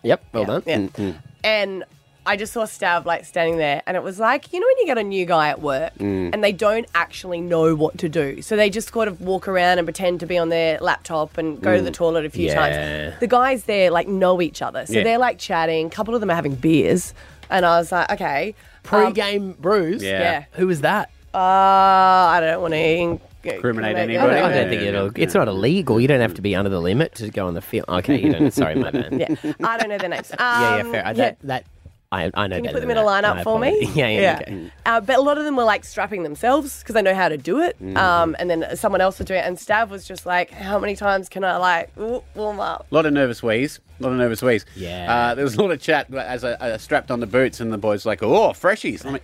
Yep, well done. Mm, and I just saw Stav like standing there, and it was like you know when you get a new guy at work, Mm. and they don't actually know what to do, so they just sort of walk around and pretend to be on their laptop and go to the Mm. toilet a few Yeah. times. The guys there like know each other, so Yeah. they're like chatting. A couple of them are having beers, and I was like, okay, um, pre-game brews. yeah. Who was that? Uh, I don't want to. Incriminate anybody? I don't Yeah, think yeah, it'll, it's not illegal. You don't have to be under the limit to go on the field. Okay, you don't. Sorry, my bad. Yeah, I don't know their names. Um, yeah, yeah, fair. I, that, that I, I Can know. you better put them than in a that. lineup My for me? apologies. Yeah, yeah. Yeah. Okay. Uh, but a lot of them were like strapping themselves because they know how to do it. Mhm. Um, and then someone else would do it. And Stav was just like, how many times can I like w- warm up? A lot of nervous wheeze. A lot of nervous wheeze. Yeah. Uh, there was a lot of chat as I, I strapped on the boots, and the boys were like, oh, freshies. I'm like,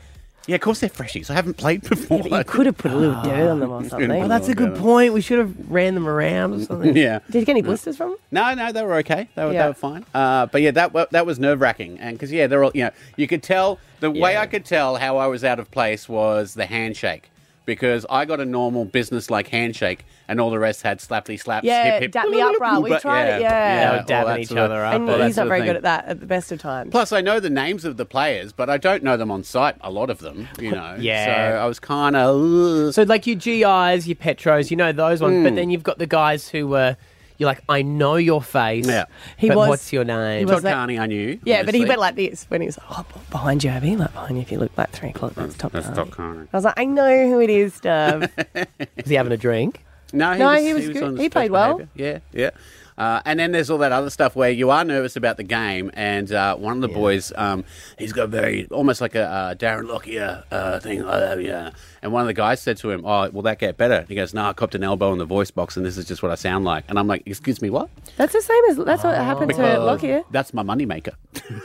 yeah, of course they're freshies. I haven't played before. you could have put a little dirt on them or something. Well, Oh, that's a good point. We should have ran them around or something. Yeah. Did you get any blisters from them? No, no, they were okay. They were, Yeah. they were fine. Uh, but yeah, that wa- that was nerve wracking, and because yeah, they're all you know, you could tell the way I could tell how I was out of place was the handshake because I got a normal business like handshake, and all the rest had slappy slaps, Yeah, hip hip, dap me up, right? We but- tried it, yeah. They were all dabbing that each sort of- other up. all And that he's sort not of very thing. good at that at the best of times. Plus, I know the names of the players, but I don't know them on site. A lot of them, you know. Yeah. So uh, I was kind of. So like your GIs, your Petros, you know those ones, but Mm. then you've got the guys who were. You're like, I know your face. Yeah. He but was- what's your name? he was Todd like- Carney, I knew. yeah, but he went like this when he was like, oh, behind you, Abby, like behind you if you look like three o'clock. That's top That's Carney. top Carney. I was like, I know who it is, Stav. Was he having a drink? No, No, he was good. on the He best played well. behaviour. Yeah, yeah. Uh, and then there's all that other stuff where you are nervous about the game, and uh, one of the boys, um, he's got very almost like a uh, Darren Lockyer uh, thing like that, yeah. And one of the guys said to him, "Oh, will that get better?" And he goes, "No, I copped an elbow in the voice box, and this is just what I sound like." And I'm like, "Excuse me, what?" that's the same as that's what happened to Lockyer. That's my moneymaker.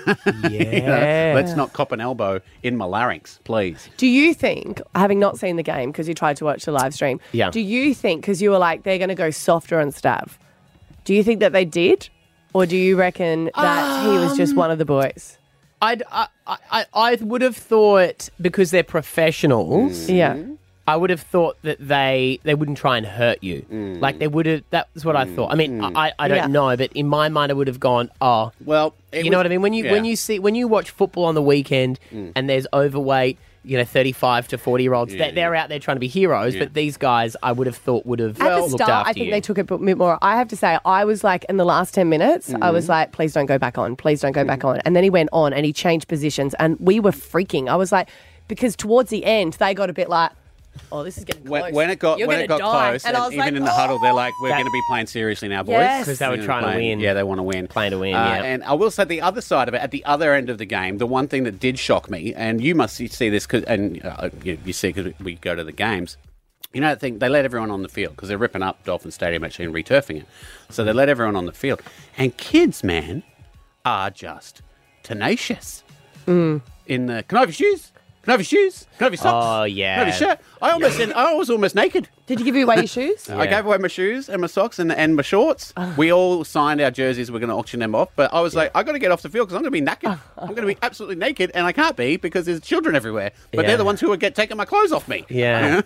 yeah. Let's not cop an elbow in my larynx, please. Do you think, having not seen the game because you tried to watch the live stream, Yeah. do you think, because you were like, they're going to go softer on Stav, do you think that they did? Or do you reckon that he was just Um, one of the boys? I'd, I, I, I- I would have thought because they're professionals. Mm. Yeah. I would have thought that they they wouldn't try and hurt you. Mm. Like they would have. That was what I thought. I mean, I, I don't Yeah. know, but in my mind, I would have gone, oh, Mm. well, you it know was- what I mean. When you when yeah. Mm. you see when you watch football on the weekend and there's overweight, you know, thirty five to forty year olds, Yeah, they, they're out there trying to be heroes. But these guys, I would have thought would have At the looked start, after I think you. they took it a bit more. I have to say, I was like, in the last 10 minutes, I Mm. was like, please don't go back on. Please don't go back on. And then he went on and he changed positions and we were freaking. I was like, because towards the end, they got a bit like, oh, this is getting close. When, when it got You're when gonna it got die. close, And and, I was even like, "Oh!" in the huddle, they're like, "We're going to be playing seriously now, boys," Yes. 'Cause they were We're trying to playing- win. Yeah, they want to win, playing to win. yeah. And I will say the other side of it, at the other end of the game, the one thing that did shock me, and you must see this, 'cause- and uh, you, you see because we go to the games. You know that thing? They let everyone on the field because they're ripping up Dolphin Stadium actually and returfing it. So they let everyone on the field, and kids, man, are just tenacious. Mm. In the can I have your shoes? Can I have your shoes? Can I have your socks? Oh, Can I yeah. have your shirt? I almost I was almost naked. Did you give away your shoes? I gave away my shoes and my socks and, and my shorts. Oh. We all signed our jerseys. We're going to auction them off. But I was like, I got to get off the field because I'm going to be Oh. naked. I'm going to be absolutely naked, and I can't be because there's children everywhere. But Yeah. they're the ones who would get taking my clothes off me. Yeah.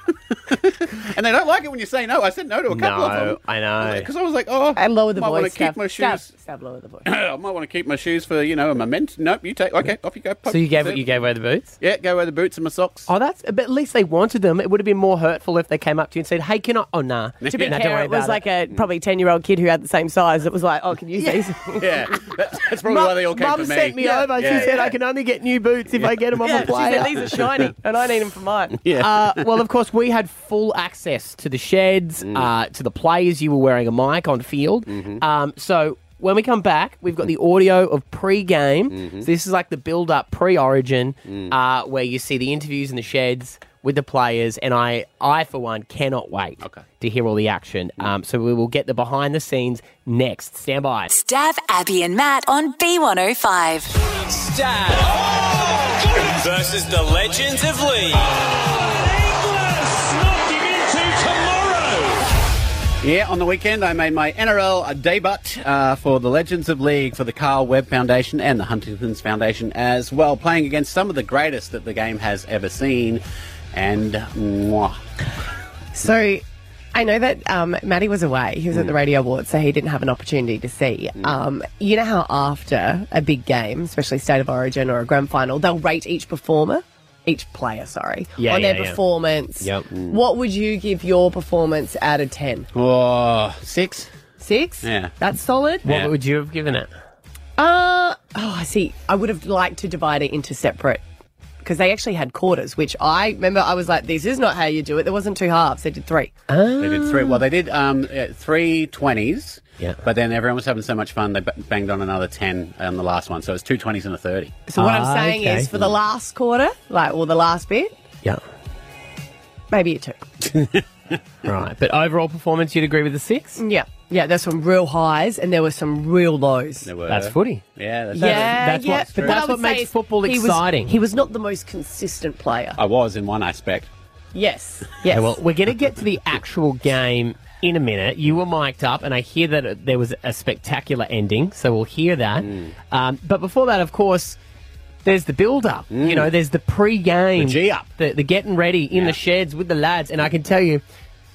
and they don't like it when you say no. I said no to a couple of no, them I know. because I was like, oh, I lower the might want voice, to keep Stav. my Stav, shoes. Stav, lower the voice. I might want to keep my shoes for you know a moment. Nope, you take. Okay, off you go. So you gave you gave away the boots. Yeah, gave away the boots and my socks. Oh, that's. But at least they wanted them. It would have been more hurtful if they came up to you and said, said, "Hey, can I?" Oh, nah. To be Nah, don't fair, worry it was about like a probably 10 year old kid who had the same size that was like, oh, can you use these? yeah, that's, that's probably why they all came Mum to me. sent me Yeah, over. yeah, she said, yeah. "I can only get new boots if I get them on Yeah, she the said, player." "These are shiny, and I need them for mine." Yeah. Uh, well, of course, we had full access to the sheds, Mm. uh, to the players. You were wearing a mic on field. Mm-hmm. Um, so when we come back, we've got the audio of pre-game. Mm-hmm. So this is like the build-up pre-origin, Mm. uh, where you see the interviews in the sheds with the players. And I, I for one, cannot wait to hear all the action. Mm. Um, so we will get the behind the scenes next. Stand by. Stab Abby and Matt on B105. versus the Legends of League. Yeah, on the weekend I made my NRL debut uh, for the Legends of League for the Carl Webb Foundation and the Huntington's Foundation as well, playing against some of the greatest that the game has ever seen. And mwah. So I know that um, Maddie was away. He was Mm. at the Radio Awards, so he didn't have an opportunity to see. Um, you know how after a big game, especially State of Origin or a grand final, they'll rate each performer, each player, sorry, on their performance. Yep. Mm. What would you give your performance out of 10? Oh, six. Six? Yeah. That's solid. What would you have given it? Uh, oh, I see. I would have liked to divide it into separate because they actually had quarters, which I remember I was like, this is not how you do it. There wasn't two halves, they did three. They did three. Well, they did um, uh, three 20s. Yeah. But then everyone was having so much fun, they b- banged on another 10 on the last one. So it was two 20s and a 30. So what Ah, I'm saying is, for the last quarter, like or the last bit, Yeah. maybe a two. Right. But overall performance, you'd agree with the six? Yeah, yeah. There's some real highs and there were some real lows. There were. That's footy. Yeah, that's, yeah, yeah. But I that's would what say makes is football he was- exciting. he was not the most consistent player. e- I was in one aspect. Yes, Yeah, yes. well, we're going to get to the actual game in a minute. You were mic'd up, and I hear that uh, there was a spectacular ending, so we'll hear that. Mm. Um, but before that, of course, there's the build up. Mm. You know, there's the pre game, The G-up. the, the getting ready in the sheds with the lads. And I can tell you,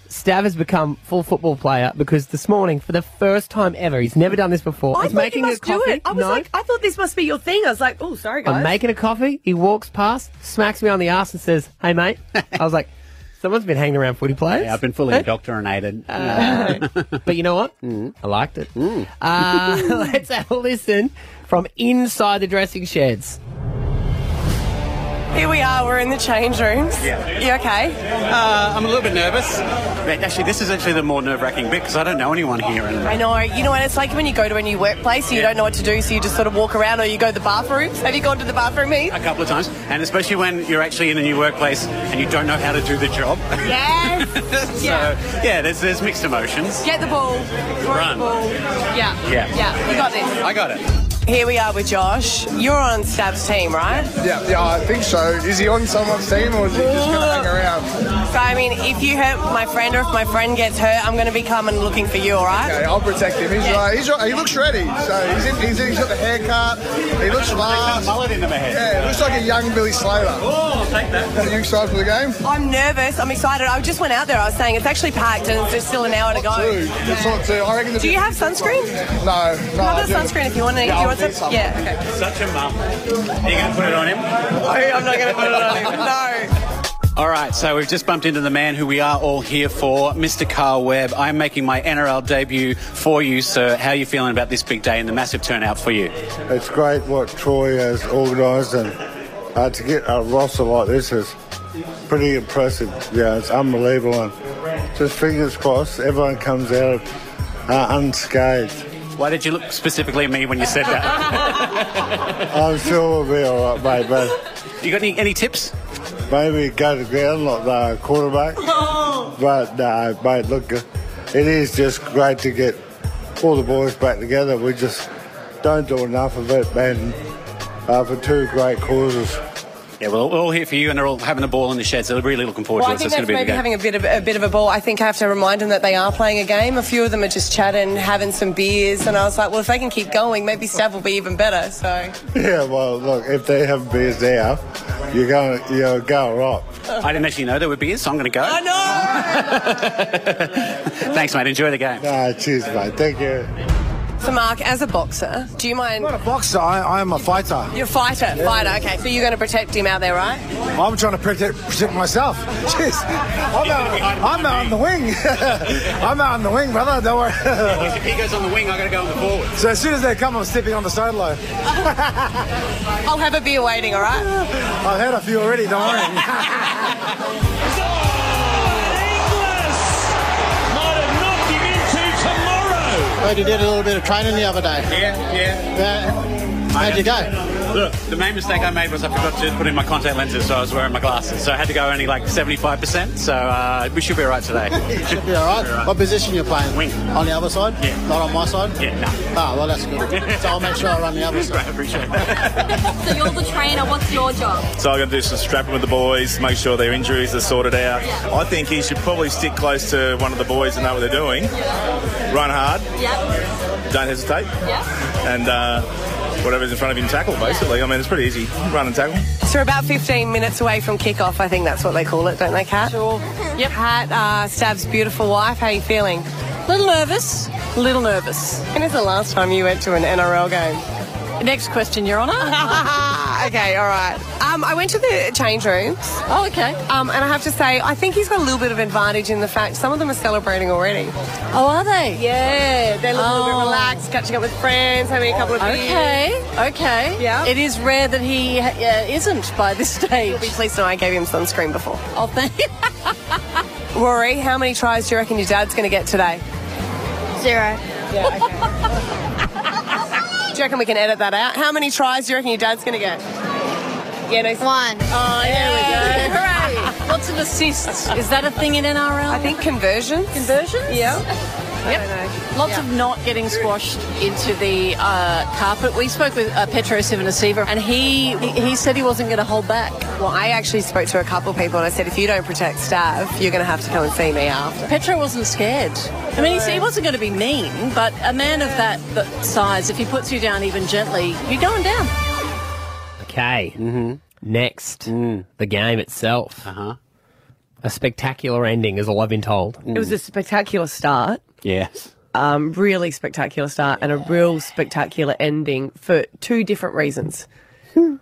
Stav has become full football player because this morning, for the first time ever, he's never done this before. I he's thought making you must a coffee. do it. I was No. like, I thought this must be your thing. I was like, oh, sorry guys. I'm making a coffee. He walks past, smacks me on the ass, and says, "Hey, mate." I was like, "Someone's been hanging around footy players." Yeah, I've been fully indoctrinated. but you know what? Mm. I liked it. Uh, let's have a listen from inside the dressing sheds. Here we are. We're in the change rooms. Yeah. You okay? Uh, I'm a little bit nervous. But actually, this is actually the more nerve wracking bit because I don't know anyone here. And I know. You know what it's like when you go to a new workplace, you don't know what to do, so you just sort of walk around, or you go to the bathrooms. Have you gone to the bathroom, Heath? a couple of times, and especially when you're actually in a new workplace and you don't know how to do the job. Yes. so, yeah, there's, there's mixed emotions. Get the ball. Throw Run. the ball. Yeah. Yeah. Yeah. You got this. I got it. Here we are with Josh. You're on Stab's team, right? Yeah, yeah, I think so. Is he on someone's team or is he just going to hang around? So I mean, if you hurt my friend or if my friend gets hurt, I'm going to be coming looking for you. All right? Okay, I'll protect him. He's, Yeah. right. he's right. He looks ready. So he's, in, he's, in, he's got the haircut. He looks fast. mullet into my head. Yeah, he looks like a young Billy Slater. Oh, take that. Are you excited for the game? I'm nervous. I'm excited. I just went out there. I was saying it's actually packed and it's just still an hour to go. It's not too. I reckon. Do you have sunscreen? No, no. How I about do- sunscreen if you want to? Yeah, do you I'll want do some? some. Yeah. Okay. Such a mum. Are you going to put it on him? I'm not going to put it on him. No. All right, so we've just bumped into the man who we are all here for, Mr. Carl Webb. I'm making my NRL debut for you, sir. How are you feeling about this big day and the massive turnout for you? It's great what Troy has organised, and uh, to get a roster like this is pretty impressive. Yeah, it's unbelievable. And just fingers crossed, everyone comes out uh, unscathed. Why did you look specifically at me when you said that? I'm sure we'll be all right, mate. But you got any, any tips? Maybe go to ground like the quarterback. But no, mate. Look, it is just great to get all the boys back together. We just don't do enough of it, man. Uh, for two great causes. Yeah, well, we're all here for you, and they're all having a ball in the sheds. They're really looking forward Well, to I it. So think it's going that's to be a maybe good game. having a bit of a bit of a ball. I think I have to remind them that they are playing a game. A few of them are just chatting, having some beers, and I was like, well, if they can keep going, maybe Stav will be even better. So. Yeah, well, look, if they have beers now, you're going, you're going right. I didn't actually know there were beers, so I'm going to go. I know. Thanks, mate. Enjoy the game. Ah, cheers, mate. Thank you. So, Mark, as a boxer, do you mind? Not a boxer, I, I'm a fighter. You're a fighter, Yeah. fighter. Okay, so you're going to protect him out there, right? I'm trying to protect, protect myself. Jeez. I'm, out, I'm out on the wing. I'm out on the wing, brother. Don't worry. If he goes on the wing, I gotta go on the forward. so as soon as they come, I'm stepping on the sideline. I'll have a beer waiting, all right? I've had a few already. Don't worry. Heard you did a little bit of training the other day. Yeah, yeah. How'd you go? Look, the main mistake I made was I forgot to put in my contact lenses, so I was wearing my glasses. So I had to go only like 75%. So uh, we should be all right today. Should be all right. All right. What position you playing? Wing. On the other side? Yeah. Not on my side? Yeah. No. Ah, well that's good. so I'll make sure I run the other side. I appreciate that. So you're the trainer. What's your job? So I'm going to do some strapping with the boys, make sure their injuries are sorted out. I think he should probably stick close to one of the boys and know what they're doing. Run hard, Yep. don't hesitate, Yep. and uh, whatever's in front of him, tackle basically. I mean, it's pretty easy. Run and tackle. So we're about 15 minutes away from kickoff. I think that's what they call it, don't they, Kat? Sure. Yep. Kat, uh, Stab's beautiful wife. How are you feeling? Little nervous. Little nervous. When is the last time you went to an NRL game? Next question, Your Honour. okay, all right. Um, I went to the change rooms. Oh, okay. Um, and I have to say, I think he's got a little bit of advantage in the fact some of them are celebrating already. Oh, are they? Oh. Yeah, they look a little bit relaxed, catching up with friends, having a couple of beers. Okay, okay. Yeah. It is rare that he uh, isn't by this stage. You'll be pleased to know I gave him sunscreen before. Oh, thank you. Rory, how many tries do you reckon your dad's going to get today? Zero. Do you reckon we can edit that out? How many tries do you reckon your dad's going to get? Yeah, no. One. Oh, there we go. Hooray! What's an assist? Is that a thing in NRL? I think conversions. Conversions? Yeah. Yep. Lots of not getting squashed into the uh, carpet. We spoke with uh, Petro Sivanasiva and he, he he said he wasn't going to hold back. Well, I actually spoke to a couple of people and I said, if you don't protect Stav, you're going to have to come and see me after. Petro wasn't scared. I mean, he, said he wasn't going to be mean, but a man of that, that size, if he puts you down even gently, you're going down. Okay. Mm-hmm. Next, Mm. the game itself. Uh Uh-huh. huh. A spectacular ending, is all I've been told. It was a spectacular start. yes. Um, really spectacular start and a real spectacular ending for two different reasons. Hmm.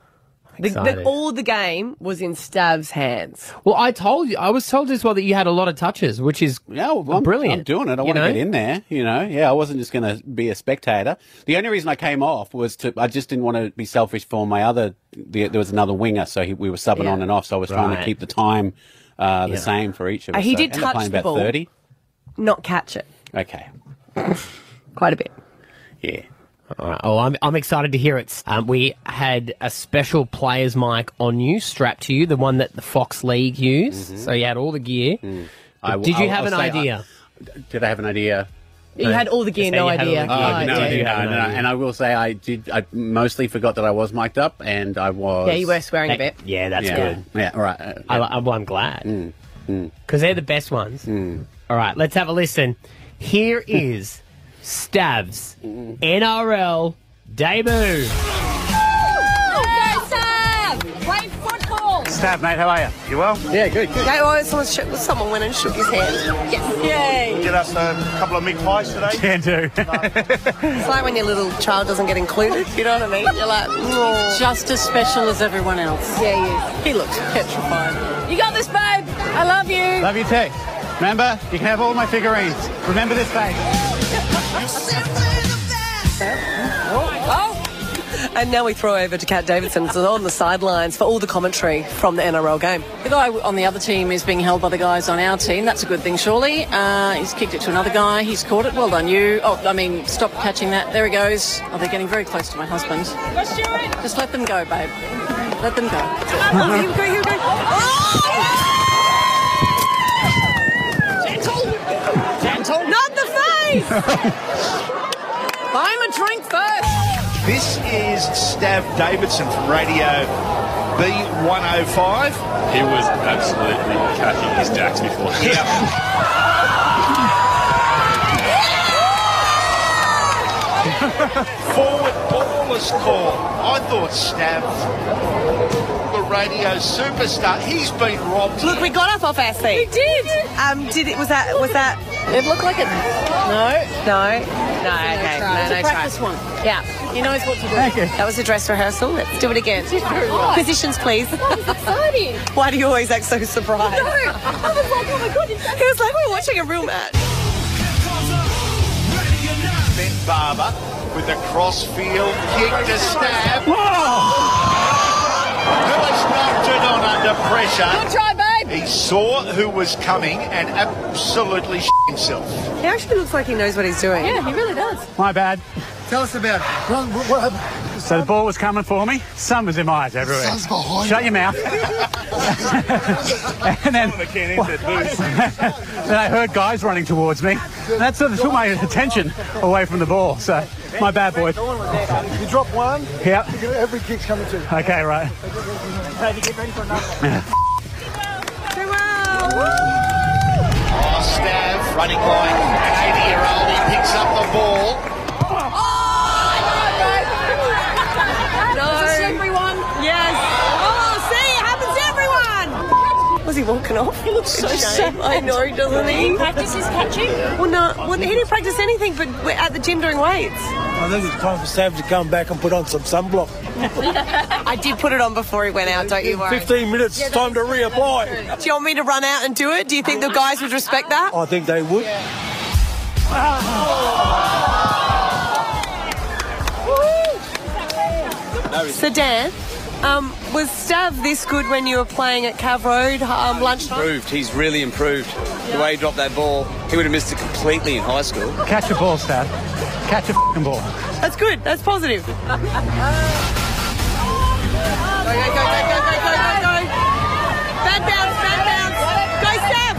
The, the, Excited. all the game was in Stav's hands. Well, I told you, I was told as well that you had a lot of touches, which is yeah, I'm- brilliant. I'm doing it. I want to get in there. You know, yeah. I wasn't just going to be a spectator. The only reason I came off was to. I just didn't want to be selfish for my other. The, there was another winger, so he, we were subbing Yeah. on and off. So I was trying to Right. keep the time uh, the Yeah. same for each of Uh, us. he so did ended up touch playing the about ball. Thirty. Not catch it. Okay. Quite a bit. Yeah. All right. Oh, I'm, I'm excited to hear it. Um, we had a special player's mic on you, strapped to you, the one that the Fox League used. Mm-hmm. So you had all the gear. I w- Did you I'll- have I'll an say I- idea? did I have an idea? You had all the gear, no idea. Ah, Oh, No no, idea. idea, no, no, No no. idea. And I will say, I did. I mostly forgot that I was mic'd up, and I was. Yeah, you were swearing a bit. Yeah, that's yeah. good. Yeah, all right. Uh, I, I- well, I'm glad. Because mm. they're the best ones. All right, let's have a listen. Here is Stav's NRL debut. Play football. Stav, mate, how are you? You well? Yeah, good. good. Yeah, well, oh, someone, shook, someone went and shook his hand. Yes. Yay. Get us a couple of meat pies today. Can do. It's like when your little child doesn't get included. You know what I mean? You're like, oh. Just as special as everyone else. Yeah, he is. He looks petrified. You got this, babe. I love you. Love you too. Remember, you can have all my figurines. Remember this face. Oh. And now we throw over to Kat Davidson, who's on the sidelines for all the commentary from the NRL game. The guy on the other team is being held by the guys on our team. That's a good thing, surely. Uh, he's kicked it to another guy. He's caught it. Well done, you. Oh, I mean, stop catching that. There he goes. Oh, they're getting very close to my husband. oh, Just let them go, babe. Let them go. Oh, here we go, here we go. Oh, Gentle. Gentle. Not the face. Buy him a drink first. This is Stav Davidson from Radio B105. He was absolutely cutting his jacks before. Forward ball was called. I thought Stav, the radio superstar, he's been robbed. Look, we got up off our seat. We did. Um, did it? Was that? Was that? It looked like it. No. No. No, okay. No, It's a no practice try. one. Yeah. He knows what to do. That was a dress rehearsal. Let's do it again. very right. Positions, please. That was exciting. Why do you always act so surprised? I was like, oh my god, it's It was like we're watching a real match. Ben Barber with the crossfield kick to stab. Who has not turned on under pressure? Good try, babe. He saw who was coming and absolutely shit himself. He actually looks like he knows what he's doing. Yeah, he really does. My bad. Tell us about what, what happened. So the ball was coming for me. Sun was in my eyes everywhere. Sun's behind Shut you. your mouth. and then, then I heard guys running towards me. And that sort of took my attention away from the ball. So my bad, boy. You drop one. Yep. Every kick's coming to. you. Okay, right. Oh, Stav running like an 80 year old. He picks up the ball. everyone. Yes. Oh, see, it happens to everyone. Was he walking off? He looks so Shame. sad. I know, doesn't he? He practices catching? Well, no. Well, he didn't practice anything but we're at the gym doing weights. I think it's time for Sav to come back and put on some sunblock. I did put it on before he went out, don't you worry. 15 minutes, it's time to reapply. Do you want me to run out and do it? Do you think the guys would respect that? I think they would. So Dan, um, was Stav this good when you were playing at Cav Road um, lunchtime? Improved. He's really improved. The way he dropped that ball, he would have missed it completely in high school. Catch a ball, Stab. Catch a f***ing ball. That's good. That's positive. go, go, go, go, go, go, go, go, go. Bad bounce, bad bounce. Go, Stav.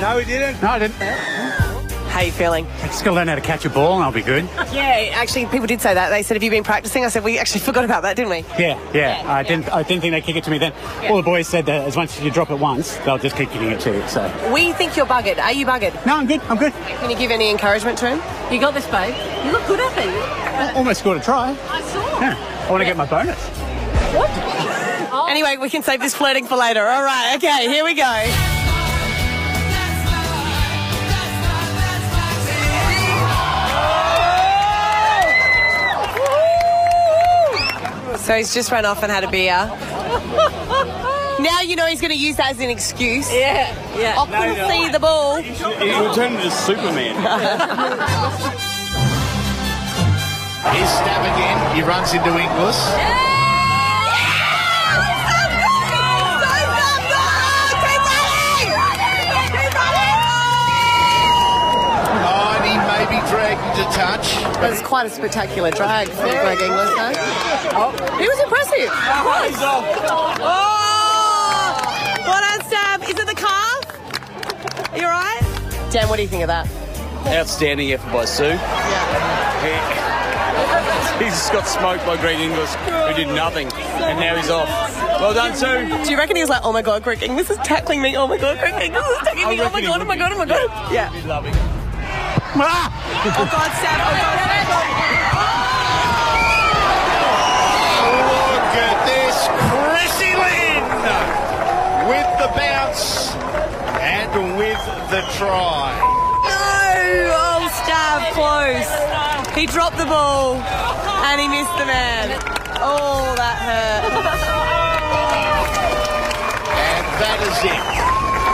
No, he didn't. No, I didn't. How you feeling? I just got to learn how to catch a ball, and I'll be good. Yeah, actually, people did say that. They said, "Have you been practicing?" I said, "We actually forgot about that, didn't we?" Yeah, yeah. I didn't. I didn't think they'd kick it to me then. All the boys said that as once you drop it once, they'll just keep kicking it to you. So. We think you're buggered. Are you buggered? No, I'm good. I'm good. Can you give any encouragement to him? You got this, babe. You look good at it. Al- Almost scored a try. I saw. Yeah. I want to get my bonus. Anyway, we can save this flirting for later. All right. Okay. Here we go. So he's just run off and had a beer. Now you know he's going to use that as an excuse. Yeah, yeah. I couldn't No, no. see the ball. He'll turn into Superman. Here's Stab again. He runs into Inglis. Oh, and he may be dragged into touch. That was quite a spectacular drag from Greg Inglis, no? Oh, he was impressive. Oh, what a stab. Is it the calf? Are you all right? Dan, what do you think of that? Outstanding effort by Sue. He, he's just got smoked by Greg Inglis, who did nothing, and now he's off. Well done, Sue. Do you reckon he was like, oh my god, Greg Inglis is tackling me, oh my god, Greg Inglis is tackling me, oh my god, oh my god, oh my god. Yeah. He'd love it. Ah! Oh god, Sam, oh god, Sam. Look at this. Chrissy Lynn with the bounce and with the try. No! Oh, stab, close. He dropped the ball and he missed the man. Oh, that hurt. And that is it.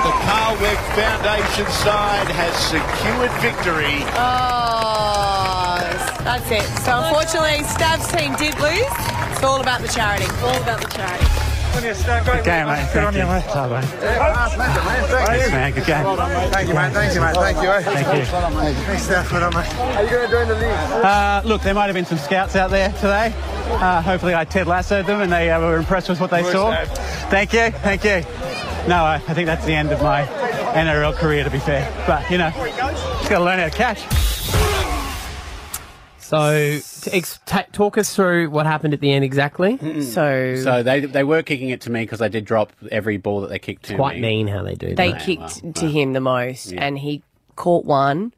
The Carwick Foundation side has secured victory. Oh, that's it. So unfortunately, Stab's team did lose. It's all about the charity. All about the charity. Okay, mate. Thank you. Sorry, mate. Thanks, man. Good game. Thank you, mate. Thank you, mate. Thank you. eh? Thank you. Thanks, Steph. Well done, mate. Are you going to join the league? Uh, look, there might have been some scouts out there today. Uh, hopefully, I Ted Lassoed them and they uh, were impressed with what they Good saw. save. Thank you, thank you. No, I, I think that's the end of my NRL career, to be fair. But you know, just got to learn how to catch. So, to ex- ta- talk us through what happened at the end exactly. So, So they they were kicking it to me because I did drop every ball that they kicked to quite me. mean how they do that. They kicked to him the most, and he caught one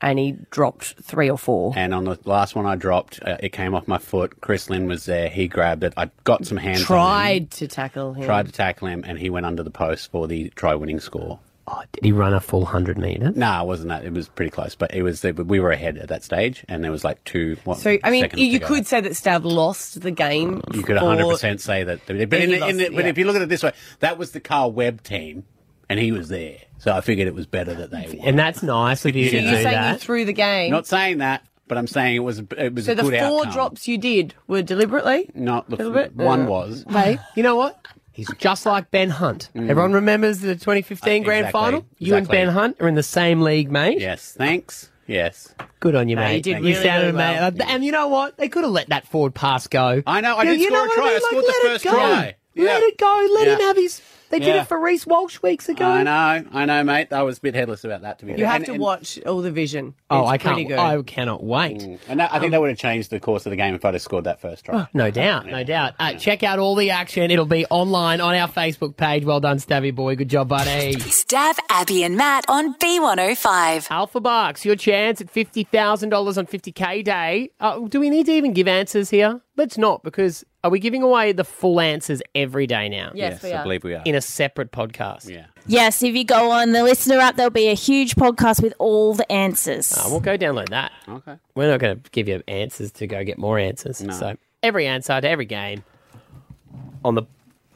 and he dropped three or four. Mm. And on the last one I dropped, uh, it came off my foot. Chris Lynn was there. He grabbed it. I got some hands. Tried to tackle on him. him, tried to tackle him, and he went under the post for the try winning score. Oh, Did he run a full 100 metres? No, it wasn't that. It was pretty close, but it was we were ahead at that stage, and there was like two. What, So I mean, seconds you, to go. could say that Stab lost the game. You could for- 100% say that. But, in, But he in, lost, but yeah. if you look at it this way, that was the Carl Webb team, and he was there. So I figured it was better that they won. And that's nice if you So can you're do saying that. you threw the game. Not saying that, but I'm saying it was it was so a the good four outcome. drops you did were deliberately. Not the Little f- bit? one Uh, was. Mm. Hey, you know what? He's just like Ben Hunt. Everyone remembers the 2015 Uh, grand exactly, final? You and exactly. Ben Hunt are in the same league, mate. Yes, thanks. Yes. Good on you, No, mate. you did you really, sounded really well. amazing. And you know what? They could have let that forward pass go. I know. I You- did you score know a what try. I, mean? Like, scored let the it first go. try. Let it go. Let him Yeah. have his. They did Yeah. it for Reese Walsh weeks ago. I know. I know, mate. I was a bit headless about that. To be You fair. have And- to and- watch all the vision. Oh, It's I pretty can't- Good. I cannot wait. Mm. Um, And that, I think that would have changed the course of the game if I'd have scored that first try. Oh, no doubt, no doubt. Uh, Check out all the action. It'll be online on our Facebook page. Well done, Stabby Boy. Good job, buddy. Stab Abby and Matt on B105. Alpha Bucks, your chance at $50,000 on 50K Day. Uh, do we need to even give answers here? Let's not, because are we giving away the full answers every day now? Yes, Yes, we I are. believe we are. In a separate podcast. Yeah. Yes, if you go on the listener app, there'll be a huge podcast with all the answers. Uh, we'll go download that. Okay. We're not going to give you answers to go get more answers. So every answer to every game on the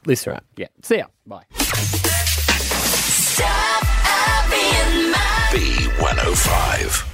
listener app. Yeah. See ya. Bye. Abby and Matt. B105.